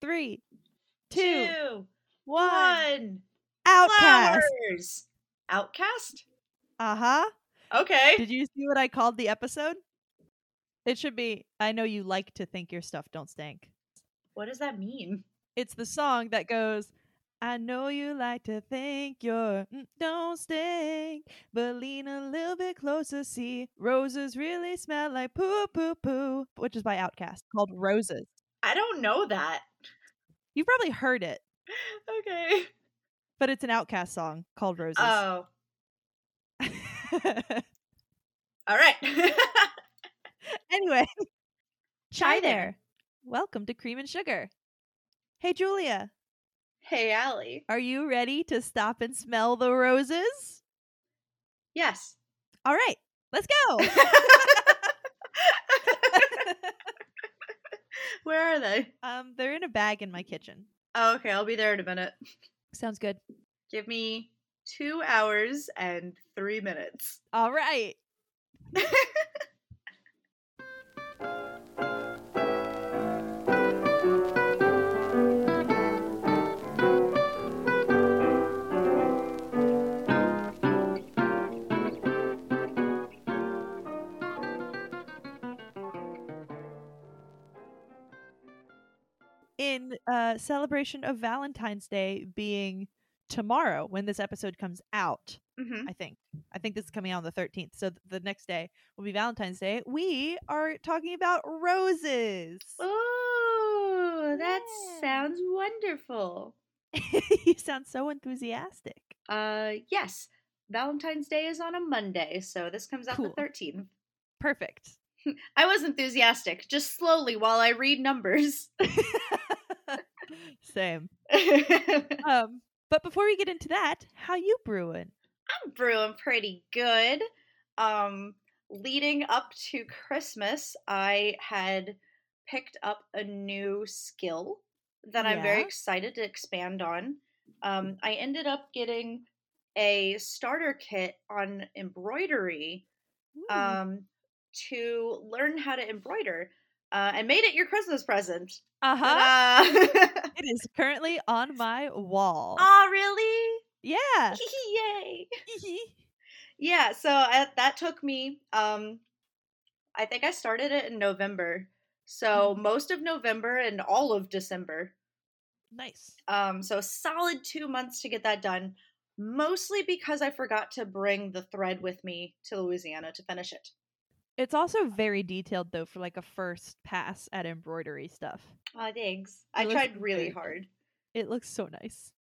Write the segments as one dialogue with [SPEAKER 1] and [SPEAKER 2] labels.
[SPEAKER 1] three,
[SPEAKER 2] Two,
[SPEAKER 1] two,
[SPEAKER 2] one.
[SPEAKER 1] one. Outcast.
[SPEAKER 2] Flowers. Outcast?
[SPEAKER 1] Uh huh.
[SPEAKER 2] Okay.
[SPEAKER 1] Did you see what I called the episode? It should be I know you like to think your stuff don't stink.
[SPEAKER 2] What does that mean?
[SPEAKER 1] It's the song that goes, I know you like to think your mm don't stink, but lean a little bit closer, see roses really smell like poo poo poo, which is by Outcast called Roses.
[SPEAKER 2] I don't know that.
[SPEAKER 1] You've probably heard it,
[SPEAKER 2] Okay.
[SPEAKER 1] but it's an Outcast song called Roses.
[SPEAKER 2] Oh,
[SPEAKER 1] Oh.
[SPEAKER 2] all right.
[SPEAKER 1] anyway,
[SPEAKER 2] Hi
[SPEAKER 1] hi
[SPEAKER 2] there.
[SPEAKER 1] there. Welcome to Cream and Sugar. Hey, Julia.
[SPEAKER 2] hey, Allie.
[SPEAKER 1] Are you ready to stop and smell the roses?
[SPEAKER 2] Yes.
[SPEAKER 1] All right, let's go.
[SPEAKER 2] Where are they?
[SPEAKER 1] um, they're in a bag in my kitchen.
[SPEAKER 2] Oh, okay. I'll be there in a minute.
[SPEAKER 1] Sounds good.
[SPEAKER 2] Give me two hours and three minutes. Mm-hmm.
[SPEAKER 1] All right. In uh, celebration of Valentine's Day being tomorrow when this episode comes out,
[SPEAKER 2] hmm
[SPEAKER 1] I think. I think this is coming out on the 13th. So th- the next day will be Valentine's Day. We are talking about roses.
[SPEAKER 2] Oh, that
[SPEAKER 1] Yeah.
[SPEAKER 2] sounds wonderful.
[SPEAKER 1] you sound so enthusiastic.
[SPEAKER 2] Uh, yes. Valentine's Day is on a Monday, so this comes out
[SPEAKER 1] Cool.
[SPEAKER 2] the 13th.
[SPEAKER 1] Perfect.
[SPEAKER 2] I was enthusiastic, just slowly while I read numbers.
[SPEAKER 1] Same.
[SPEAKER 2] I'm
[SPEAKER 1] Um, but before we get into that, how you brewing?
[SPEAKER 2] brewing pretty good. Um, leading up to Christmas, I had picked up a new skill that I'm very
[SPEAKER 1] Yeah. Hmm.
[SPEAKER 2] excited to expand on. Um, I ended up getting a starter kit on embroidery
[SPEAKER 1] Ooh,
[SPEAKER 2] um, to learn how to embroider uh, and made it your Christmas present.
[SPEAKER 1] uh-huh.
[SPEAKER 2] Ta-da!
[SPEAKER 1] It is currently on my wall.
[SPEAKER 2] Aw, really?
[SPEAKER 1] yeah.
[SPEAKER 2] Yay! Yeah, so I, that took me. Um, I think I started it in November, so
[SPEAKER 1] Mhm.
[SPEAKER 2] most of November and all of December.
[SPEAKER 1] nice.
[SPEAKER 2] Um, so a solid two months to get that done, mostly because I forgot to bring the thread with me to Louisiana to finish it.
[SPEAKER 1] It's also very detailed though for like a first pass at embroidery stuff.
[SPEAKER 2] Oh, thanks.
[SPEAKER 1] It
[SPEAKER 2] I
[SPEAKER 1] looks
[SPEAKER 2] tried really
[SPEAKER 1] very good.
[SPEAKER 2] hard,
[SPEAKER 1] It looks so nice.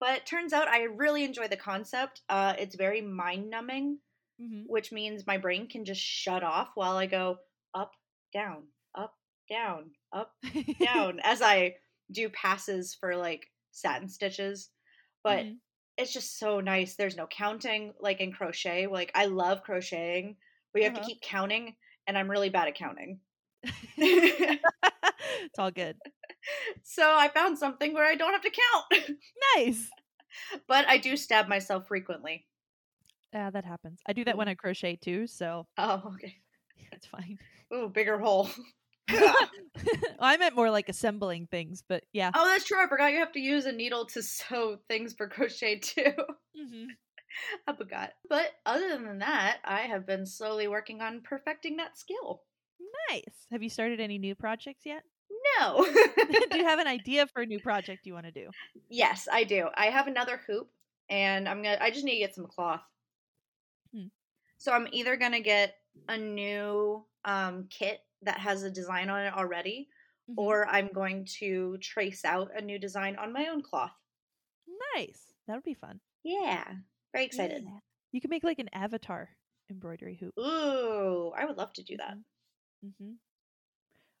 [SPEAKER 2] but it turns out I really enjoy the concept. Uh, it's very mind numbing.
[SPEAKER 1] Mm-hmm.
[SPEAKER 2] which means my brain can just shut off while I go up, down, up, down, up, down as I do passes for like satin stitches. But
[SPEAKER 1] Mhm.
[SPEAKER 2] it's just so nice. There's no counting like in crochet. Like I love crocheting, but you have to
[SPEAKER 1] Uh-huh.
[SPEAKER 2] keep counting and I'm really bad at counting.
[SPEAKER 1] it's all good.
[SPEAKER 2] so I found something where I don't have to count,
[SPEAKER 1] Nice.
[SPEAKER 2] but I do stab myself frequently.
[SPEAKER 1] Yeah, that happens. I do that when I crochet too, so
[SPEAKER 2] Oh, okay.
[SPEAKER 1] it's fine.
[SPEAKER 2] Ooh, bigger hole.
[SPEAKER 1] Well, I meant more like assembling things, but yeah.
[SPEAKER 2] Oh, that's true. I forgot you have to use a needle to sew things for crochet too.
[SPEAKER 1] Mhm.
[SPEAKER 2] I forgot. But other than that, I have been slowly working on perfecting that skill.
[SPEAKER 1] Nice. Have you started any new projects yet?
[SPEAKER 2] No.
[SPEAKER 1] do you have an idea for a new project you want to do?
[SPEAKER 2] yes, I do. I have another hoop and I'm going to I just need to get some cloth.
[SPEAKER 1] Hmm.
[SPEAKER 2] So I'm either going to get a new um kit that has a design on it already
[SPEAKER 1] Mhm.
[SPEAKER 2] or I'm going to trace out a new design on my own cloth.
[SPEAKER 1] nice. That would be fun.
[SPEAKER 2] Yeah. Very excited.
[SPEAKER 1] Yeah. You can make like an avatar embroidery hoop.
[SPEAKER 2] Ooh, I would love to do that.
[SPEAKER 1] Mm-hmm.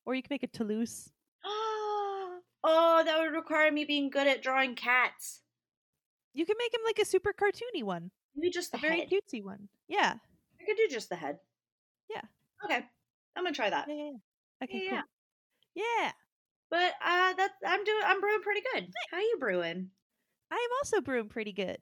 [SPEAKER 1] Or you can make a Toulouse. Mm-hmm.
[SPEAKER 2] oh, that would require me being good at drawing cats.
[SPEAKER 1] You can make him like a super cartoony one,
[SPEAKER 2] Maybe just the
[SPEAKER 1] a very
[SPEAKER 2] head.
[SPEAKER 1] cutesy one. Yeah.
[SPEAKER 2] I could do just the head.
[SPEAKER 1] Yeah.
[SPEAKER 2] Okay. I'm gonna try that.
[SPEAKER 1] Yeah. yeah, yeah. Okay.
[SPEAKER 2] Uh,
[SPEAKER 1] Cool.
[SPEAKER 2] Yeah, yeah.
[SPEAKER 1] Yeah.
[SPEAKER 2] But uh, that I'm doing. I'm brewing pretty good. How you brewing?
[SPEAKER 1] I am also brewing pretty good.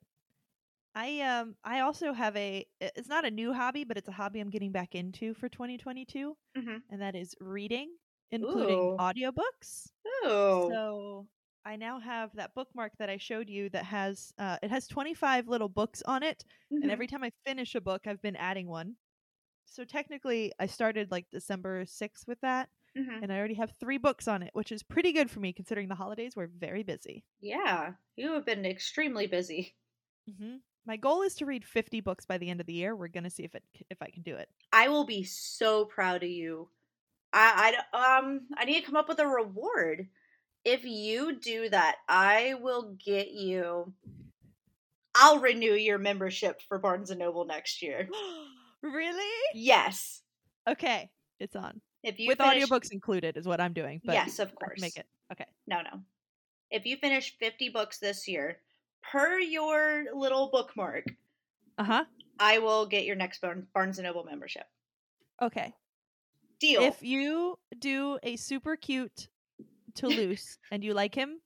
[SPEAKER 1] I um I also have a i- it's not a new hobby, but it's a hobby I'm getting back into for 2022,
[SPEAKER 2] Mm-hmm.
[SPEAKER 1] and that is reading, including
[SPEAKER 2] Ooh.
[SPEAKER 1] audiobooks.
[SPEAKER 2] Oh,
[SPEAKER 1] So I now have that bookmark that I showed you that has uh, it has 25 little books on it, and
[SPEAKER 2] Mhm.
[SPEAKER 1] every time I finish a book, I've been adding one. So technically, I started like December 6th with that,
[SPEAKER 2] Mhm.
[SPEAKER 1] and I already have three books on it, which is pretty good for me considering the holidays were very busy.
[SPEAKER 2] Yeah, you have been extremely busy.
[SPEAKER 1] Mm-hmm. My goal is to read 50 books by the end of the year. We're gonna see if it if I can do it.
[SPEAKER 2] I will be so proud of you. I, I um I need to come up with a reward. If you do that, I will get you. I'll renew your membership for Barnes and Noble next year.
[SPEAKER 1] really?
[SPEAKER 2] Yes,
[SPEAKER 1] Okay, it's on
[SPEAKER 2] if you
[SPEAKER 1] with
[SPEAKER 2] finish,
[SPEAKER 1] audiobooks included is what I'm doing. But
[SPEAKER 2] yes, of
[SPEAKER 1] I can
[SPEAKER 2] course.
[SPEAKER 1] make it. Okay.
[SPEAKER 2] No, no. If you finish fifty books this year, per your little bookmark,
[SPEAKER 1] Uh huh.
[SPEAKER 2] I will get your next Barn- Barnes and Noble membership.
[SPEAKER 1] Okay.
[SPEAKER 2] Deal.
[SPEAKER 1] If you do a super cute Toulouse and you like him,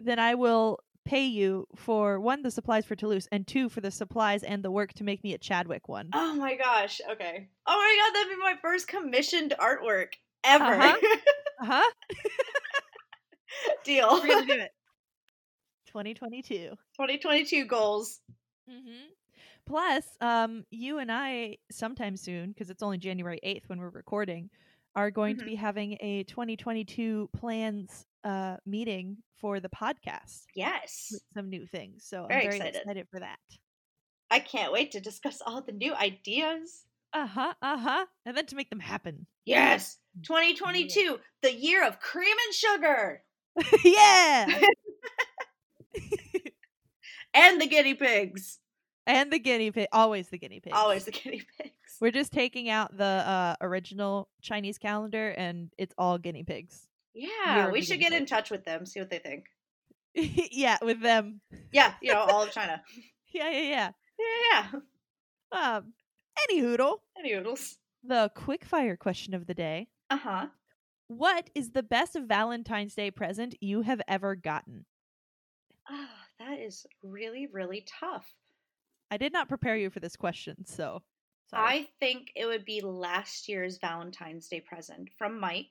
[SPEAKER 1] then I will pay you for one the supplies for Toulouse and two for the supplies and the work to make me a Chadwick one.
[SPEAKER 2] Oh my gosh. Okay. Oh my god, that'd be my first commissioned artwork ever.
[SPEAKER 1] Uh-huh. Uh huh.
[SPEAKER 2] Deal.
[SPEAKER 1] We're gonna do it. 2022.
[SPEAKER 2] 2022 goals.
[SPEAKER 1] Mm-hmm. Plus, um, you and I sometime soon, because it's only January 8th when we're recording, are going
[SPEAKER 2] Mhm.
[SPEAKER 1] to be having a 2022 plans uh, meeting for the podcast
[SPEAKER 2] Yes.
[SPEAKER 1] with some new things. So
[SPEAKER 2] Very
[SPEAKER 1] I'm very
[SPEAKER 2] excited.
[SPEAKER 1] excited. for that.
[SPEAKER 2] I can't wait to discuss all the new ideas.
[SPEAKER 1] Uh huh. Uh huh. And then to make them happen.
[SPEAKER 2] Yes. 2022, the year of cream and sugar
[SPEAKER 1] yeah.
[SPEAKER 2] and the guinea pigs.
[SPEAKER 1] and the guinea pig. Always the guinea pig.
[SPEAKER 2] Always the guinea pigs.
[SPEAKER 1] We're just taking out the uh, original Chinese calendar, and it's all guinea pigs.
[SPEAKER 2] Yeah,
[SPEAKER 1] Year
[SPEAKER 2] we
[SPEAKER 1] of the
[SPEAKER 2] should
[SPEAKER 1] guinea
[SPEAKER 2] get in
[SPEAKER 1] pig.
[SPEAKER 2] touch with them, see what they think.
[SPEAKER 1] yeah, with them.
[SPEAKER 2] Yeah, you know, all of China.
[SPEAKER 1] Yeah, yeah, yeah.
[SPEAKER 2] Yeah, yeah.
[SPEAKER 1] Um, any hoodle.
[SPEAKER 2] Any noodles.
[SPEAKER 1] The quick fire question of the day.
[SPEAKER 2] Uh
[SPEAKER 1] Uh-huh.
[SPEAKER 2] huh.
[SPEAKER 1] What is the best Valentine's Day present you have ever gotten?
[SPEAKER 2] Ah, that is really, really tough.
[SPEAKER 1] I did not prepare you for this question, so sorry.
[SPEAKER 2] I think it would be last year's Valentine's Day present from Mike.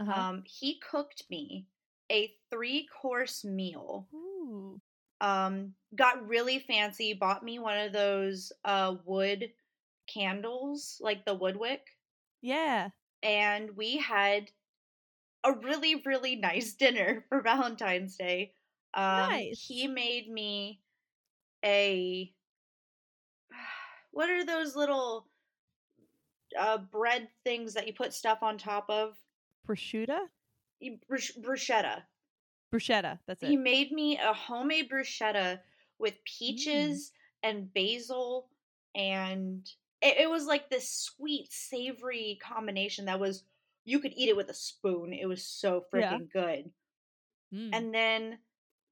[SPEAKER 1] Uh-huh.
[SPEAKER 2] Um, he cooked me a three course meal.
[SPEAKER 1] Ooh.
[SPEAKER 2] Um, got really fancy, bought me one of those uh, wood candles, like the wood wick,
[SPEAKER 1] Yeah.
[SPEAKER 2] and we had a really, really nice dinner for Valentine's Day. Um,
[SPEAKER 1] Nice.
[SPEAKER 2] He made me a. What are those little uh, bread things that you put stuff on top of?
[SPEAKER 1] Prosciutto?
[SPEAKER 2] You- brusch- Bruschetta.
[SPEAKER 1] Bruschetta. That's Mm.
[SPEAKER 2] He
[SPEAKER 1] it.
[SPEAKER 2] made me a homemade bruschetta with peaches and basil, and it, it was like this sweet, savory combination that was you could eat it with a spoon. It was so
[SPEAKER 1] Yeah.
[SPEAKER 2] freaking good.
[SPEAKER 1] Mm.
[SPEAKER 2] And then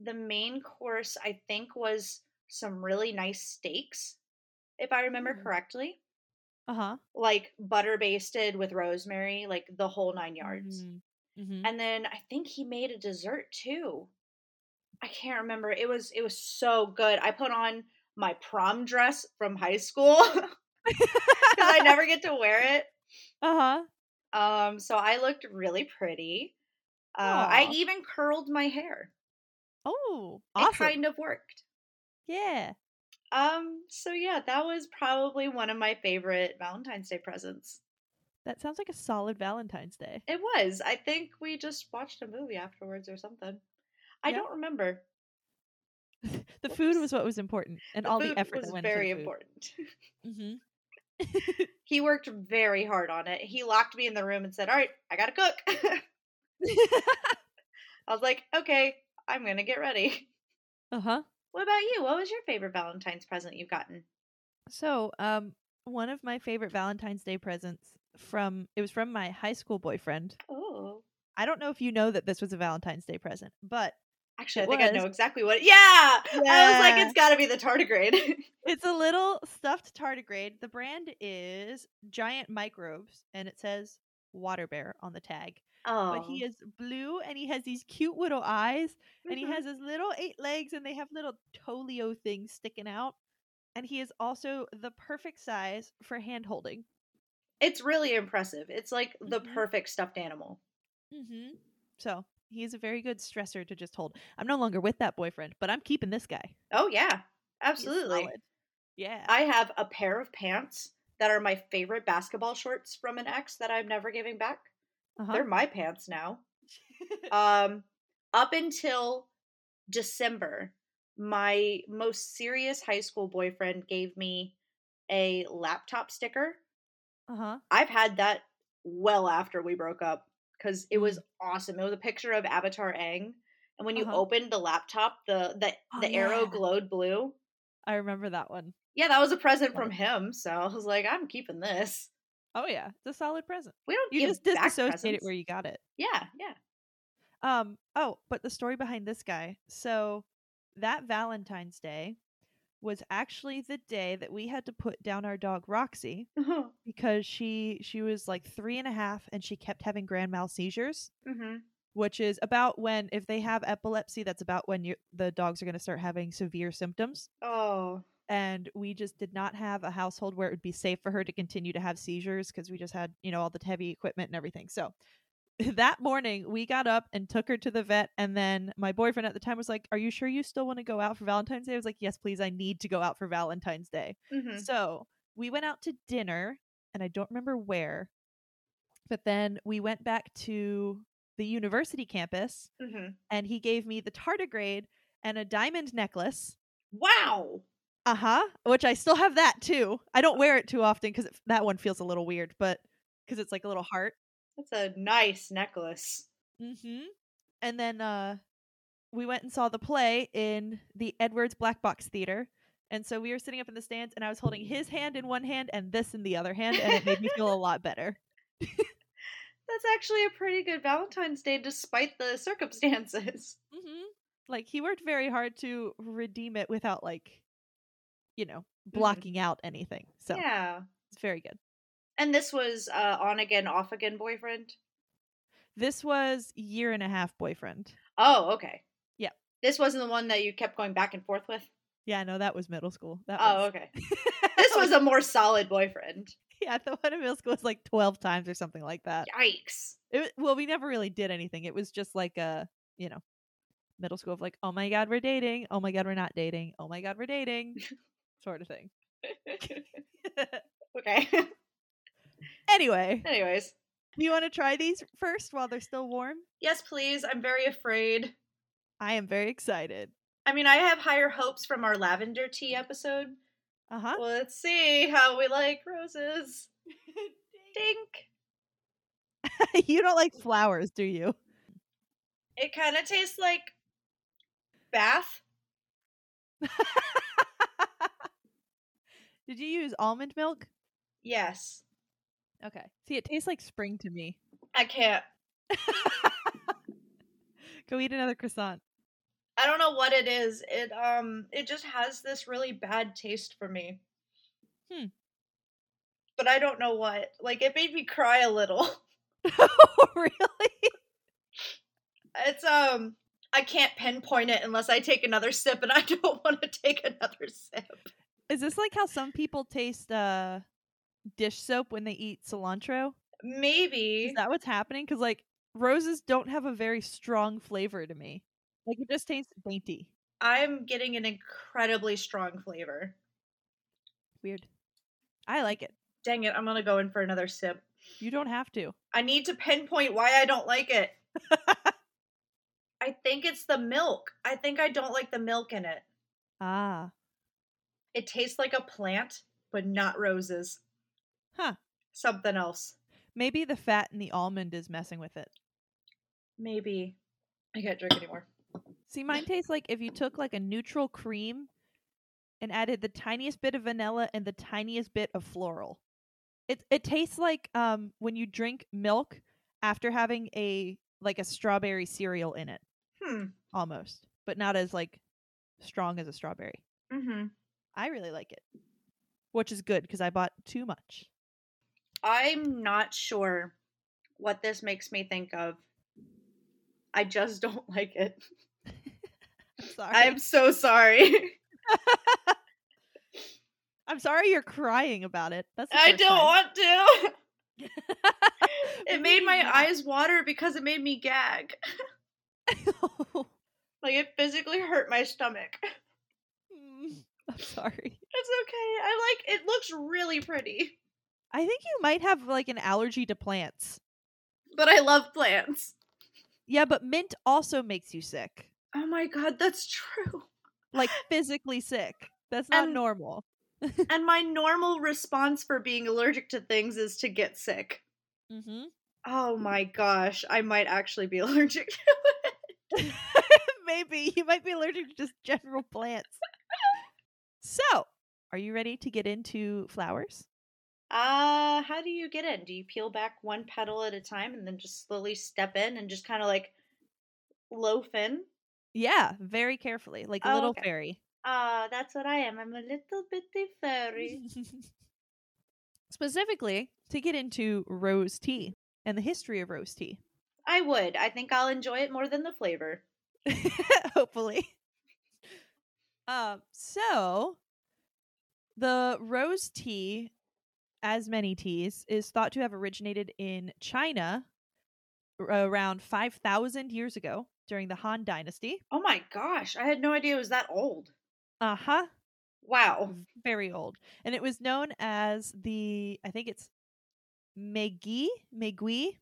[SPEAKER 2] the main course, I think, was some really nice steaks, if I remember
[SPEAKER 1] Mm.
[SPEAKER 2] correctly,
[SPEAKER 1] uh-huh.
[SPEAKER 2] like butter basted with rosemary, like the whole nine yards.
[SPEAKER 1] Mm-hmm.
[SPEAKER 2] And then I think he made a dessert too. I can't remember. It was it was so good. I put on my prom dress from high school because I never get to wear it.
[SPEAKER 1] uh-huh.
[SPEAKER 2] Um, so I looked really pretty. Uh, I
[SPEAKER 1] Aw.
[SPEAKER 2] even curled my hair.
[SPEAKER 1] Oh, awesome.
[SPEAKER 2] It kind of worked.
[SPEAKER 1] yeah.
[SPEAKER 2] Um, so yeah, that was probably one of my favorite Valentine's Day presents.
[SPEAKER 1] That sounds like a solid Valentine's Day.
[SPEAKER 2] It was. I think we just watched a movie afterwards or something. I
[SPEAKER 1] Yeah.
[SPEAKER 2] don't remember.
[SPEAKER 1] The food
[SPEAKER 2] Oops.
[SPEAKER 1] was what was important and all
[SPEAKER 2] food
[SPEAKER 1] the effort
[SPEAKER 2] was
[SPEAKER 1] that went
[SPEAKER 2] very
[SPEAKER 1] into the food.
[SPEAKER 2] important.
[SPEAKER 1] Mm-hmm.
[SPEAKER 2] he worked very hard on it. He locked me in the room and said, "All right, I gotta cook."
[SPEAKER 1] Mm-hmm.
[SPEAKER 2] I was like, "Okay, I'm gonna get ready."
[SPEAKER 1] Uh-huh.
[SPEAKER 2] What about you? What was your favorite Valentine's present you've gotten?
[SPEAKER 1] So, um, one of my favorite Valentine's Day presents from it was from my high school boyfriend.
[SPEAKER 2] Oh,
[SPEAKER 1] I don't know if you know that this was a Valentine's Day present, but
[SPEAKER 2] actually, I
[SPEAKER 1] It
[SPEAKER 2] think I know
[SPEAKER 1] was.
[SPEAKER 2] exactly what. Yeah! I was like,
[SPEAKER 1] Yeah.
[SPEAKER 2] "It's gotta be the tardigrade."
[SPEAKER 1] it's a little stuffed tardigrade. The brand is Giant Microbes, and it says Water Bear on the tag.
[SPEAKER 2] oh,
[SPEAKER 1] But he is blue, and he has these cute little eyes, and he
[SPEAKER 2] mhm.
[SPEAKER 1] has his little eight legs, and they have little toleo things sticking out. And he is also the perfect size for hand holding.
[SPEAKER 2] It's really impressive. It's like the
[SPEAKER 1] Mhm.
[SPEAKER 2] perfect stuffed animal.
[SPEAKER 1] Mm-hmm. So He's a very good stressor to just hold. I'm no longer with that boyfriend, but I'm keeping this guy.
[SPEAKER 2] Oh yeah,
[SPEAKER 1] He's
[SPEAKER 2] absolutely.
[SPEAKER 1] solid. Yeah.
[SPEAKER 2] I have a pair of pants that are my favorite basketball shorts from an ex that I'm never giving back.
[SPEAKER 1] Uh-huh.
[SPEAKER 2] They're my pants now. um up until december my most serious high school boyfriend gave me a laptop sticker
[SPEAKER 1] uh-huh.
[SPEAKER 2] i've had that well after we broke up because it was awesome it was a picture of avatar Aang, and when you
[SPEAKER 1] Mm. Uh-huh.
[SPEAKER 2] opened the laptop the the,
[SPEAKER 1] Oh,
[SPEAKER 2] the arrow
[SPEAKER 1] yeah.
[SPEAKER 2] glowed blue
[SPEAKER 1] I remember that one.
[SPEAKER 2] yeah that was a present
[SPEAKER 1] Love
[SPEAKER 2] from him so i was like i'm keeping this
[SPEAKER 1] Oh yeah, it's a solid present.
[SPEAKER 2] we don't
[SPEAKER 1] You
[SPEAKER 2] give
[SPEAKER 1] just
[SPEAKER 2] back
[SPEAKER 1] disassociate it
[SPEAKER 2] presents.
[SPEAKER 1] where you got it.
[SPEAKER 2] yeah yeah
[SPEAKER 1] Um. Oh, but the story behind this guy. So that Valentine's Day was actually the day that we had to put down our dog Roxy because she she was like three and a half and she kept having grand mal seizures,
[SPEAKER 2] hmm
[SPEAKER 1] which is about when if they have epilepsy, that's about when you, the dogs are going to start having severe symptoms.
[SPEAKER 2] oh
[SPEAKER 1] And we just did not have a household where it would be safe for her to continue to have seizures because we just had you know all the heavy equipment and everything. So that morning we got up and took her to the vet and then my boyfriend at the time was like are you sure you still want to go out for valentine's day i was like yes please i need to go out for valentine's day
[SPEAKER 2] hmm
[SPEAKER 1] so we went out to dinner and i don't remember where but then we went back to the university campus
[SPEAKER 2] hmm
[SPEAKER 1] and he gave me the tardigrade and a diamond necklace
[SPEAKER 2] wow
[SPEAKER 1] uh-huh which i still have that too i don't wear it too often because that one feels a little weird but because it's like a little heart
[SPEAKER 2] That's a nice necklace.
[SPEAKER 1] Mm-hmm. And then uh, we went and saw the play in the Edwards Black Box Theater. And so we were sitting up in the stands, and I was holding his hand in one hand and this in the other hand, and it made me feel a lot better.
[SPEAKER 2] That's actually a pretty good Valentine's Day despite the circumstances.
[SPEAKER 1] Mm-hmm. Like he worked very hard to redeem it without like, you know, blocking out anything. So
[SPEAKER 2] Yeah.
[SPEAKER 1] it's very good.
[SPEAKER 2] And this was uh, on again, off again boyfriend.
[SPEAKER 1] This was year and a half boyfriend.
[SPEAKER 2] Oh, okay.
[SPEAKER 1] Yeah.
[SPEAKER 2] This wasn't the one that you kept going back and forth with.
[SPEAKER 1] Yeah, no, that was middle school. That
[SPEAKER 2] Oh,
[SPEAKER 1] was,
[SPEAKER 2] okay. This was a more solid boyfriend.
[SPEAKER 1] yeah, the one in middle school was like twelve times or something like that.
[SPEAKER 2] Yikes.
[SPEAKER 1] It wa- well, we never really did anything. It was just like a you know, middle school of like, oh my god, we're dating. Oh my god, we're not dating. Oh my god, we're dating, sort of thing.
[SPEAKER 2] okay.
[SPEAKER 1] anyway,
[SPEAKER 2] Anyways.
[SPEAKER 1] do you want to try these first while they're still warm?
[SPEAKER 2] Yes, please. I'm very afraid.
[SPEAKER 1] I am very excited.
[SPEAKER 2] I mean, I have higher hopes from our lavender tea episode.
[SPEAKER 1] Uh huh.
[SPEAKER 2] Well, let's see how we like roses. Dink.
[SPEAKER 1] you don't like flowers, do you?
[SPEAKER 2] It kind of tastes like bath.
[SPEAKER 1] Did you use almond milk?
[SPEAKER 2] Yes.
[SPEAKER 1] Okay. See, it tastes like spring to me.
[SPEAKER 2] I can't.
[SPEAKER 1] Go eat another croissant.
[SPEAKER 2] I don't know what it is. It um it just has this really bad taste for me.
[SPEAKER 1] Hmm.
[SPEAKER 2] But I don't know what. Like it made me cry a little.
[SPEAKER 1] oh, really?
[SPEAKER 2] It's um I can't pinpoint it unless I take another sip and I don't want to take another sip.
[SPEAKER 1] Is this like how some people taste uh dish soap when they eat cilantro?
[SPEAKER 2] Maybe.
[SPEAKER 1] Is that what's happening? Because like roses don't have a very strong flavor to me. Like it just tastes dainty.
[SPEAKER 2] I'm getting an incredibly strong flavor.
[SPEAKER 1] Weird. I like it.
[SPEAKER 2] Dang it, I'm going to go in for another sip.
[SPEAKER 1] You don't have to.
[SPEAKER 2] I need to pinpoint why I don't like it. I think it's the milk. I think I don't like the milk in it.
[SPEAKER 1] Ah.
[SPEAKER 2] It tastes like a plant, but not roses.
[SPEAKER 1] Huh.
[SPEAKER 2] Something else.
[SPEAKER 1] Maybe the fat in the almond is messing with it.
[SPEAKER 2] Maybe. I can't drink anymore.
[SPEAKER 1] See, mine tastes like if you took like a neutral cream and added the tiniest bit of vanilla and the tiniest bit of floral. It it tastes like um when you drink milk after having a like a strawberry cereal in it,
[SPEAKER 2] Hmm.
[SPEAKER 1] almost, but not as like strong as a strawberry.
[SPEAKER 2] hmm
[SPEAKER 1] I really like it, which is good because I bought too much.
[SPEAKER 2] I'm not sure what this makes me think of. I just don't like it.
[SPEAKER 1] I'm sorry.
[SPEAKER 2] I'm so sorry.
[SPEAKER 1] I'm sorry you're crying about it. That's the
[SPEAKER 2] I
[SPEAKER 1] first
[SPEAKER 2] don't
[SPEAKER 1] time.
[SPEAKER 2] want to.
[SPEAKER 1] But
[SPEAKER 2] It made
[SPEAKER 1] maybe
[SPEAKER 2] my
[SPEAKER 1] not.
[SPEAKER 2] eyes water because it made me gag. Like it physically hurt my stomach.
[SPEAKER 1] Mm, I'm sorry.
[SPEAKER 2] It's okay. I like it looks really pretty.
[SPEAKER 1] I think you might have like an allergy to plants.
[SPEAKER 2] But I love plants.
[SPEAKER 1] Yeah, but mint also makes you sick.
[SPEAKER 2] Oh my god, that's true.
[SPEAKER 1] Like physically sick. That's not
[SPEAKER 2] And-
[SPEAKER 1] normal.
[SPEAKER 2] and my normal response for being allergic to things is to get sick.
[SPEAKER 1] Mm-hmm.
[SPEAKER 2] Oh my gosh, I might actually be allergic.
[SPEAKER 1] Maybe you might be allergic to just general plants. so, are you ready to get into flowers?
[SPEAKER 2] Uh, how do you get in? Do you peel back one petal at a time and then just slowly step in and just kind of like loaf in?
[SPEAKER 1] Yeah, very carefully, like a
[SPEAKER 2] Oh,
[SPEAKER 1] little
[SPEAKER 2] okay.
[SPEAKER 1] fairy.
[SPEAKER 2] Ah, that's what I am. I'm a little bitty fairy.
[SPEAKER 1] Specifically, to get into rose tea and the history of rose tea.
[SPEAKER 2] I would. I think I'll enjoy it more than the flavor.
[SPEAKER 1] Hopefully. Um, so the rose tea, as many teas, is thought to have originated in China r- around 5,000 years ago during the Han Dynasty.
[SPEAKER 2] Oh my gosh, I had no idea it was that old.
[SPEAKER 1] Uh huh.
[SPEAKER 2] Wow.
[SPEAKER 1] Very old. And it was known as the, I think it's Megui, Megui,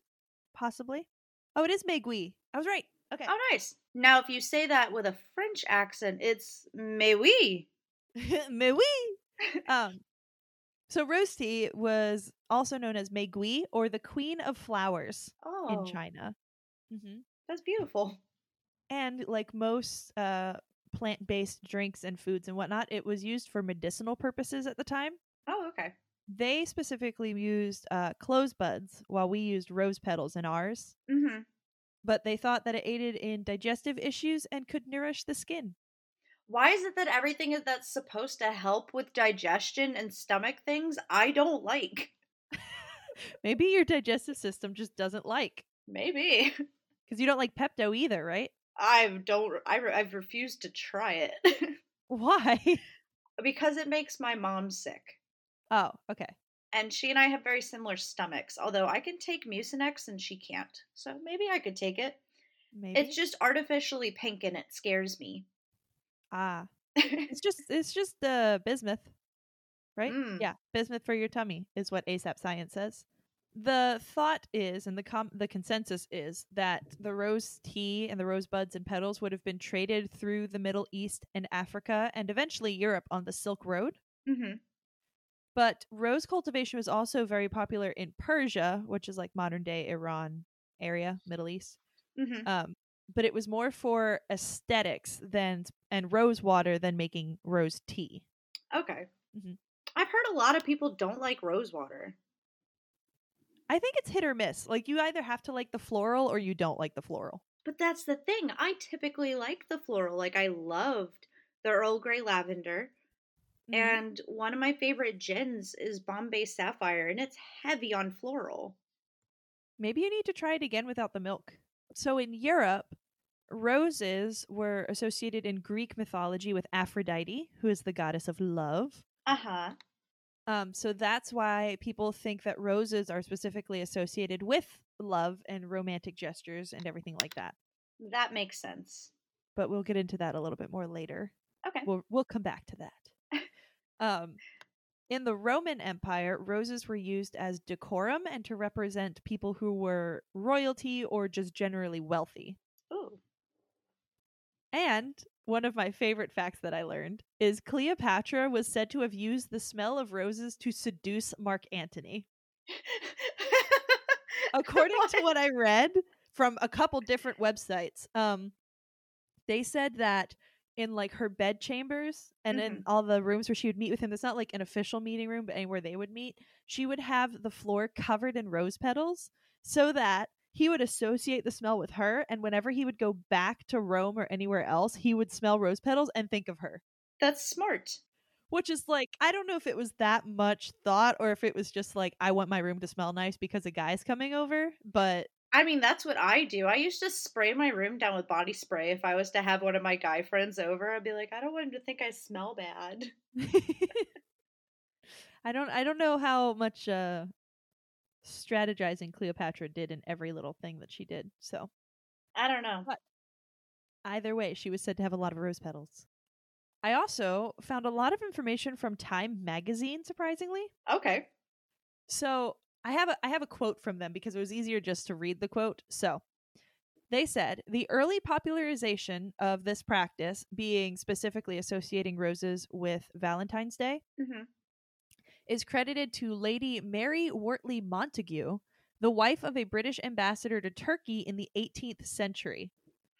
[SPEAKER 1] possibly. Oh, it is Megui. I was right. Okay.
[SPEAKER 2] Oh, nice. Now, if you say that with a French accent, it's mais oui.
[SPEAKER 1] Mais oui. Um, so rose tea was also known as Meigui or the Queen of Flowers
[SPEAKER 2] Oh,
[SPEAKER 1] in China. hmm
[SPEAKER 2] that's beautiful.
[SPEAKER 1] And like most uh, plant based drinks and foods and whatnot, it was used for medicinal purposes at the time.
[SPEAKER 2] Oh, okay.
[SPEAKER 1] They specifically used uh, clove buds while we used rose petals in ours,
[SPEAKER 2] Mm-hmm.
[SPEAKER 1] but they thought that it aided in digestive issues and could nourish the skin.
[SPEAKER 2] Why is it that everything is- that's supposed to help with digestion and stomach things I don't like?
[SPEAKER 1] Maybe your digestive system just doesn't like,
[SPEAKER 2] Maybe
[SPEAKER 1] because you don't like Pepto either, right?
[SPEAKER 2] I don't. I re- I've refused to try it
[SPEAKER 1] Why?
[SPEAKER 2] because it makes my mom sick,
[SPEAKER 1] Oh, okay.
[SPEAKER 2] and she and I have very similar stomachs. Although I can take Mucinex and she can't, so maybe I could take it.
[SPEAKER 1] Maybe
[SPEAKER 2] It's just artificially pink and it scares me.
[SPEAKER 1] ah, it's just it's just uh, bismuth, right?
[SPEAKER 2] Mm.
[SPEAKER 1] Yeah, bismuth for your tummy is what ASAP Science says. The thought is, and the com- the consensus is that the rose tea and the rose buds and petals would have been traded through the Middle East and Africa and eventually Europe on the Silk Road.
[SPEAKER 2] hmm
[SPEAKER 1] But rose cultivation was also very popular in Persia, which is like modern day Iran area, Middle East.
[SPEAKER 2] hmm
[SPEAKER 1] um, but it was more for aesthetics than and rose water than making rose tea.
[SPEAKER 2] Okay.
[SPEAKER 1] Mhm.
[SPEAKER 2] I've heard a lot of people don't like rose water.
[SPEAKER 1] I think it's hit or miss. Like you either have to like the floral or you don't like the floral.
[SPEAKER 2] But that's the thing. I typically like the floral. Like I loved the Earl Grey lavender.
[SPEAKER 1] Mm-hmm.
[SPEAKER 2] And one of my favorite gins is Bombay Sapphire, and it's heavy on floral.
[SPEAKER 1] maybe you need to try it again without the milk. So in Europe, roses were associated in Greek mythology with Aphrodite, who is the goddess of love.
[SPEAKER 2] Uh huh.
[SPEAKER 1] Um, so that's why people think that roses are specifically associated with love and romantic gestures and everything like that.
[SPEAKER 2] That makes sense.
[SPEAKER 1] But we'll get into that a little bit more later.
[SPEAKER 2] Okay.
[SPEAKER 1] we'll we'll come back to that. Um, in the Roman Empire, roses were used as decorum and to represent people who were royalty or just generally wealthy.
[SPEAKER 2] Ooh.
[SPEAKER 1] And one of my favorite facts that I learned is Cleopatra was said to have used the smell of roses to seduce Mark Antony. According to what I read from a couple different websites, um, they said that in like her bed chambers and in all the rooms where she would meet with him, it's not like an official meeting room, but anywhere they would meet, she would have the floor covered in rose petals so that he would associate the smell with her. And whenever he would go back to Rome or anywhere else, he would smell rose petals and think of her.
[SPEAKER 2] That's smart.
[SPEAKER 1] Which is like, I don't know if it was that much thought or if it was just like, I want my room to smell nice because a guy's coming over, but
[SPEAKER 2] I mean, that's what I do. I used to spray my room down with body spray if I was to have one of my guy friends over. I'd be like, I don't want him to think I smell bad.
[SPEAKER 1] I don't I don't know how much uh strategizing Cleopatra did in every little thing that she did. So
[SPEAKER 2] I don't know.
[SPEAKER 1] But- Either way, she was said to have a lot of rose petals. I also found a lot of information from Time magazine, surprisingly.
[SPEAKER 2] Okay.
[SPEAKER 1] So I have a I have a quote from them because it was easier just to read the quote. So they said the early popularization of this practice, being specifically associating roses with Valentine's Day,
[SPEAKER 2] Mm-hmm.
[SPEAKER 1] is credited to Lady Mary Wortley Montagu, the wife of a British ambassador to Turkey in the 18th century.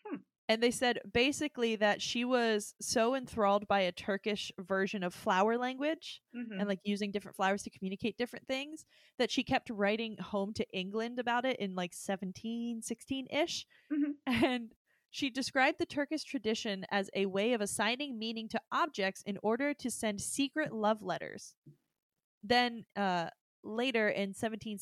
[SPEAKER 2] Hmm.
[SPEAKER 1] And they said basically that she was so enthralled by a Turkish version of flower language
[SPEAKER 2] Mm-hmm.
[SPEAKER 1] and like using different flowers to communicate different things that she kept writing home to England about it in like 17, 16 ish.
[SPEAKER 2] Mhm.
[SPEAKER 1] And she described the Turkish tradition as a way of assigning meaning to objects in order to send secret love letters. Then uh, later in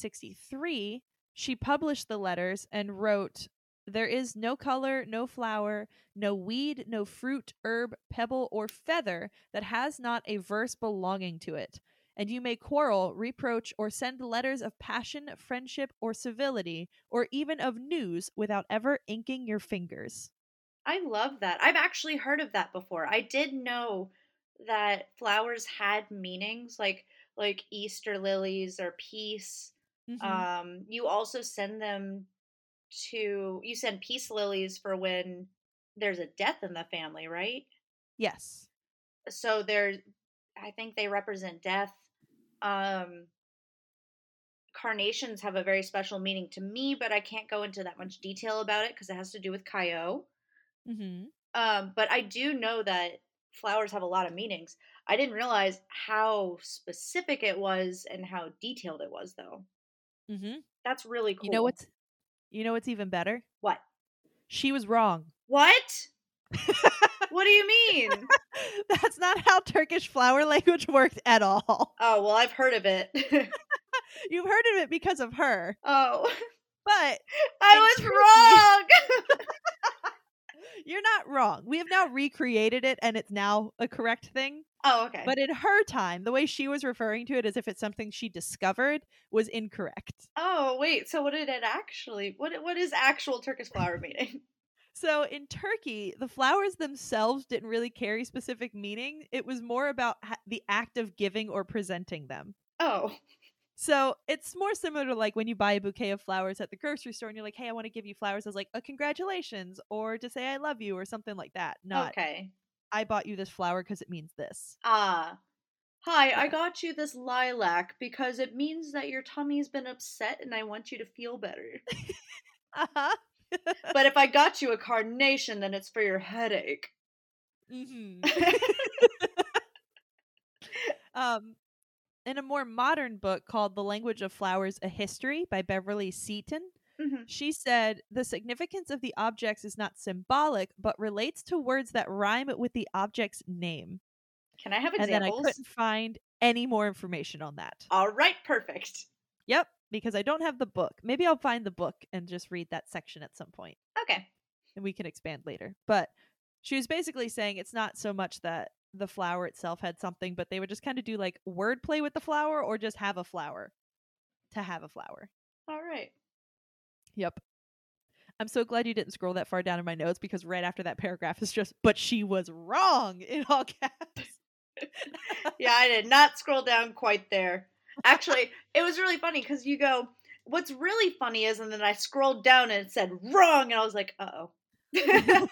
[SPEAKER 1] 1763, she published the letters and wrote, There is no color, no flower, no weed, no fruit, herb, pebble, or feather that has not a verse belonging to it. And you may quarrel, reproach, or send letters of passion, friendship, or civility, or even of news without ever inking your fingers.
[SPEAKER 2] I love that. I've actually heard of that before. I did know that flowers had meanings like like Easter lilies or peace.
[SPEAKER 1] Mm-hmm. Uh,
[SPEAKER 2] Um you also send them to you send peace lilies for when there's a death in the family, right?
[SPEAKER 1] yes.
[SPEAKER 2] So there's I think they represent death. Um carnations have a very special meaning to me, but I can't go into that much detail about it cuz it has to do with Kaio.
[SPEAKER 1] Mm-hmm.
[SPEAKER 2] Um, but I do know that flowers have a lot of meanings. I didn't realize how specific it was and how detailed it was, though.
[SPEAKER 1] Mm-hmm.
[SPEAKER 2] That's really cool.
[SPEAKER 1] You know what's you know what's even better?
[SPEAKER 2] What?
[SPEAKER 1] She was wrong.
[SPEAKER 2] What? what do you mean?
[SPEAKER 1] That's not how Turkish flower language worked at all.
[SPEAKER 2] oh well, I've heard of it.
[SPEAKER 1] You've heard of it because of her,
[SPEAKER 2] oh,
[SPEAKER 1] but
[SPEAKER 2] I was
[SPEAKER 1] Intriguing.
[SPEAKER 2] wrong.
[SPEAKER 1] you're not wrong. We have now recreated it and it's now a correct thing.
[SPEAKER 2] oh, okay.
[SPEAKER 1] But in her time, the way she was referring to it as if it's something she discovered was incorrect.
[SPEAKER 2] oh wait, so what did it actually? What what is actual Turkish flower meaning?
[SPEAKER 1] So in Turkey, the flowers themselves didn't really carry specific meaning. It was more about ha- the act of giving or presenting them.
[SPEAKER 2] Oh,
[SPEAKER 1] So it's more similar to like when you buy a bouquet of flowers at the grocery store and you're like, hey, I want to give you flowers as like a congratulations or to say I love you or something like that. Not
[SPEAKER 2] okay.
[SPEAKER 1] I bought you this flower because it means this.
[SPEAKER 2] Ah. Hi, I
[SPEAKER 1] Yeah.
[SPEAKER 2] got you this lilac because it means that your tummy's been upset and I want you to feel better.
[SPEAKER 1] Uh huh.
[SPEAKER 2] but if I got you a carnation, then it's for your headache.
[SPEAKER 1] Mm-hmm.
[SPEAKER 2] Mm-hmm.
[SPEAKER 1] um, in a more modern book called The Language of Flowers A History by Beverly Seaton,
[SPEAKER 2] Mhm.
[SPEAKER 1] She said, the significance of the objects is not symbolic, but relates to words that rhyme with the object's name.
[SPEAKER 2] Can I have
[SPEAKER 1] And then I
[SPEAKER 2] examples?
[SPEAKER 1] couldn't find any more information on that.
[SPEAKER 2] All right, perfect.
[SPEAKER 1] Yep, because I don't have the book. Maybe I'll find the book and just read that section at some point
[SPEAKER 2] Okay.
[SPEAKER 1] and we can expand later. But she was basically saying it's not so much that the flower itself had something, but they would just kind of do like wordplay with the flower or just have a flower to have a flower.
[SPEAKER 2] All right.
[SPEAKER 1] Yep. I'm so glad you didn't scroll that far down in my notes because right after that paragraph is just, but she was wrong in all caps.
[SPEAKER 2] Yeah, I did not scroll down quite there. Actually, it was really funny because you go, what's really funny is, and then I scrolled down and it said wrong, and I was like, uh oh.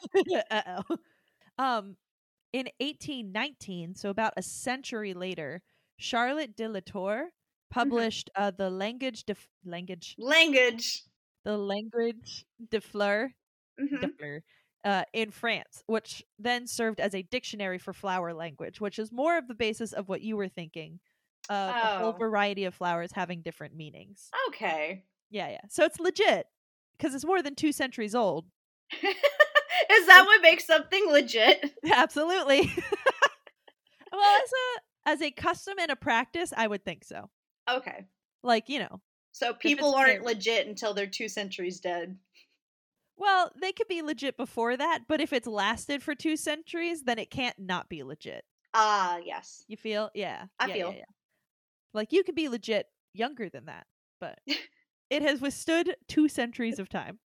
[SPEAKER 1] uh oh. Um, in 1819, so about a century later, Charlotte de la Tour published uh, the language de language
[SPEAKER 2] Language.
[SPEAKER 1] the language de fleur
[SPEAKER 2] hmm
[SPEAKER 1] Doppler, uh, in France, which then served as a dictionary for flower language, which is more of the basis of what you were thinking of a whole
[SPEAKER 2] Oh.
[SPEAKER 1] variety of flowers having different meanings.
[SPEAKER 2] Okay.
[SPEAKER 1] Yeah, yeah. So it's legit because it's more than two centuries old.
[SPEAKER 2] is that what makes something legit?
[SPEAKER 1] Absolutely. well, as a as a custom and a practice, I would think so.
[SPEAKER 2] Okay.
[SPEAKER 1] Like you know,
[SPEAKER 2] So people
[SPEAKER 1] it's
[SPEAKER 2] aren't
[SPEAKER 1] there.
[SPEAKER 2] legit until they're two centuries dead.
[SPEAKER 1] well, they could be legit before that, but if it's lasted for two centuries, then it can't not be legit.
[SPEAKER 2] Ah, yes.
[SPEAKER 1] You feel? Yeah.
[SPEAKER 2] I
[SPEAKER 1] yeah,
[SPEAKER 2] feel.
[SPEAKER 1] Yeah, yeah. Like you can be legit younger than that, but it has withstood two centuries of time.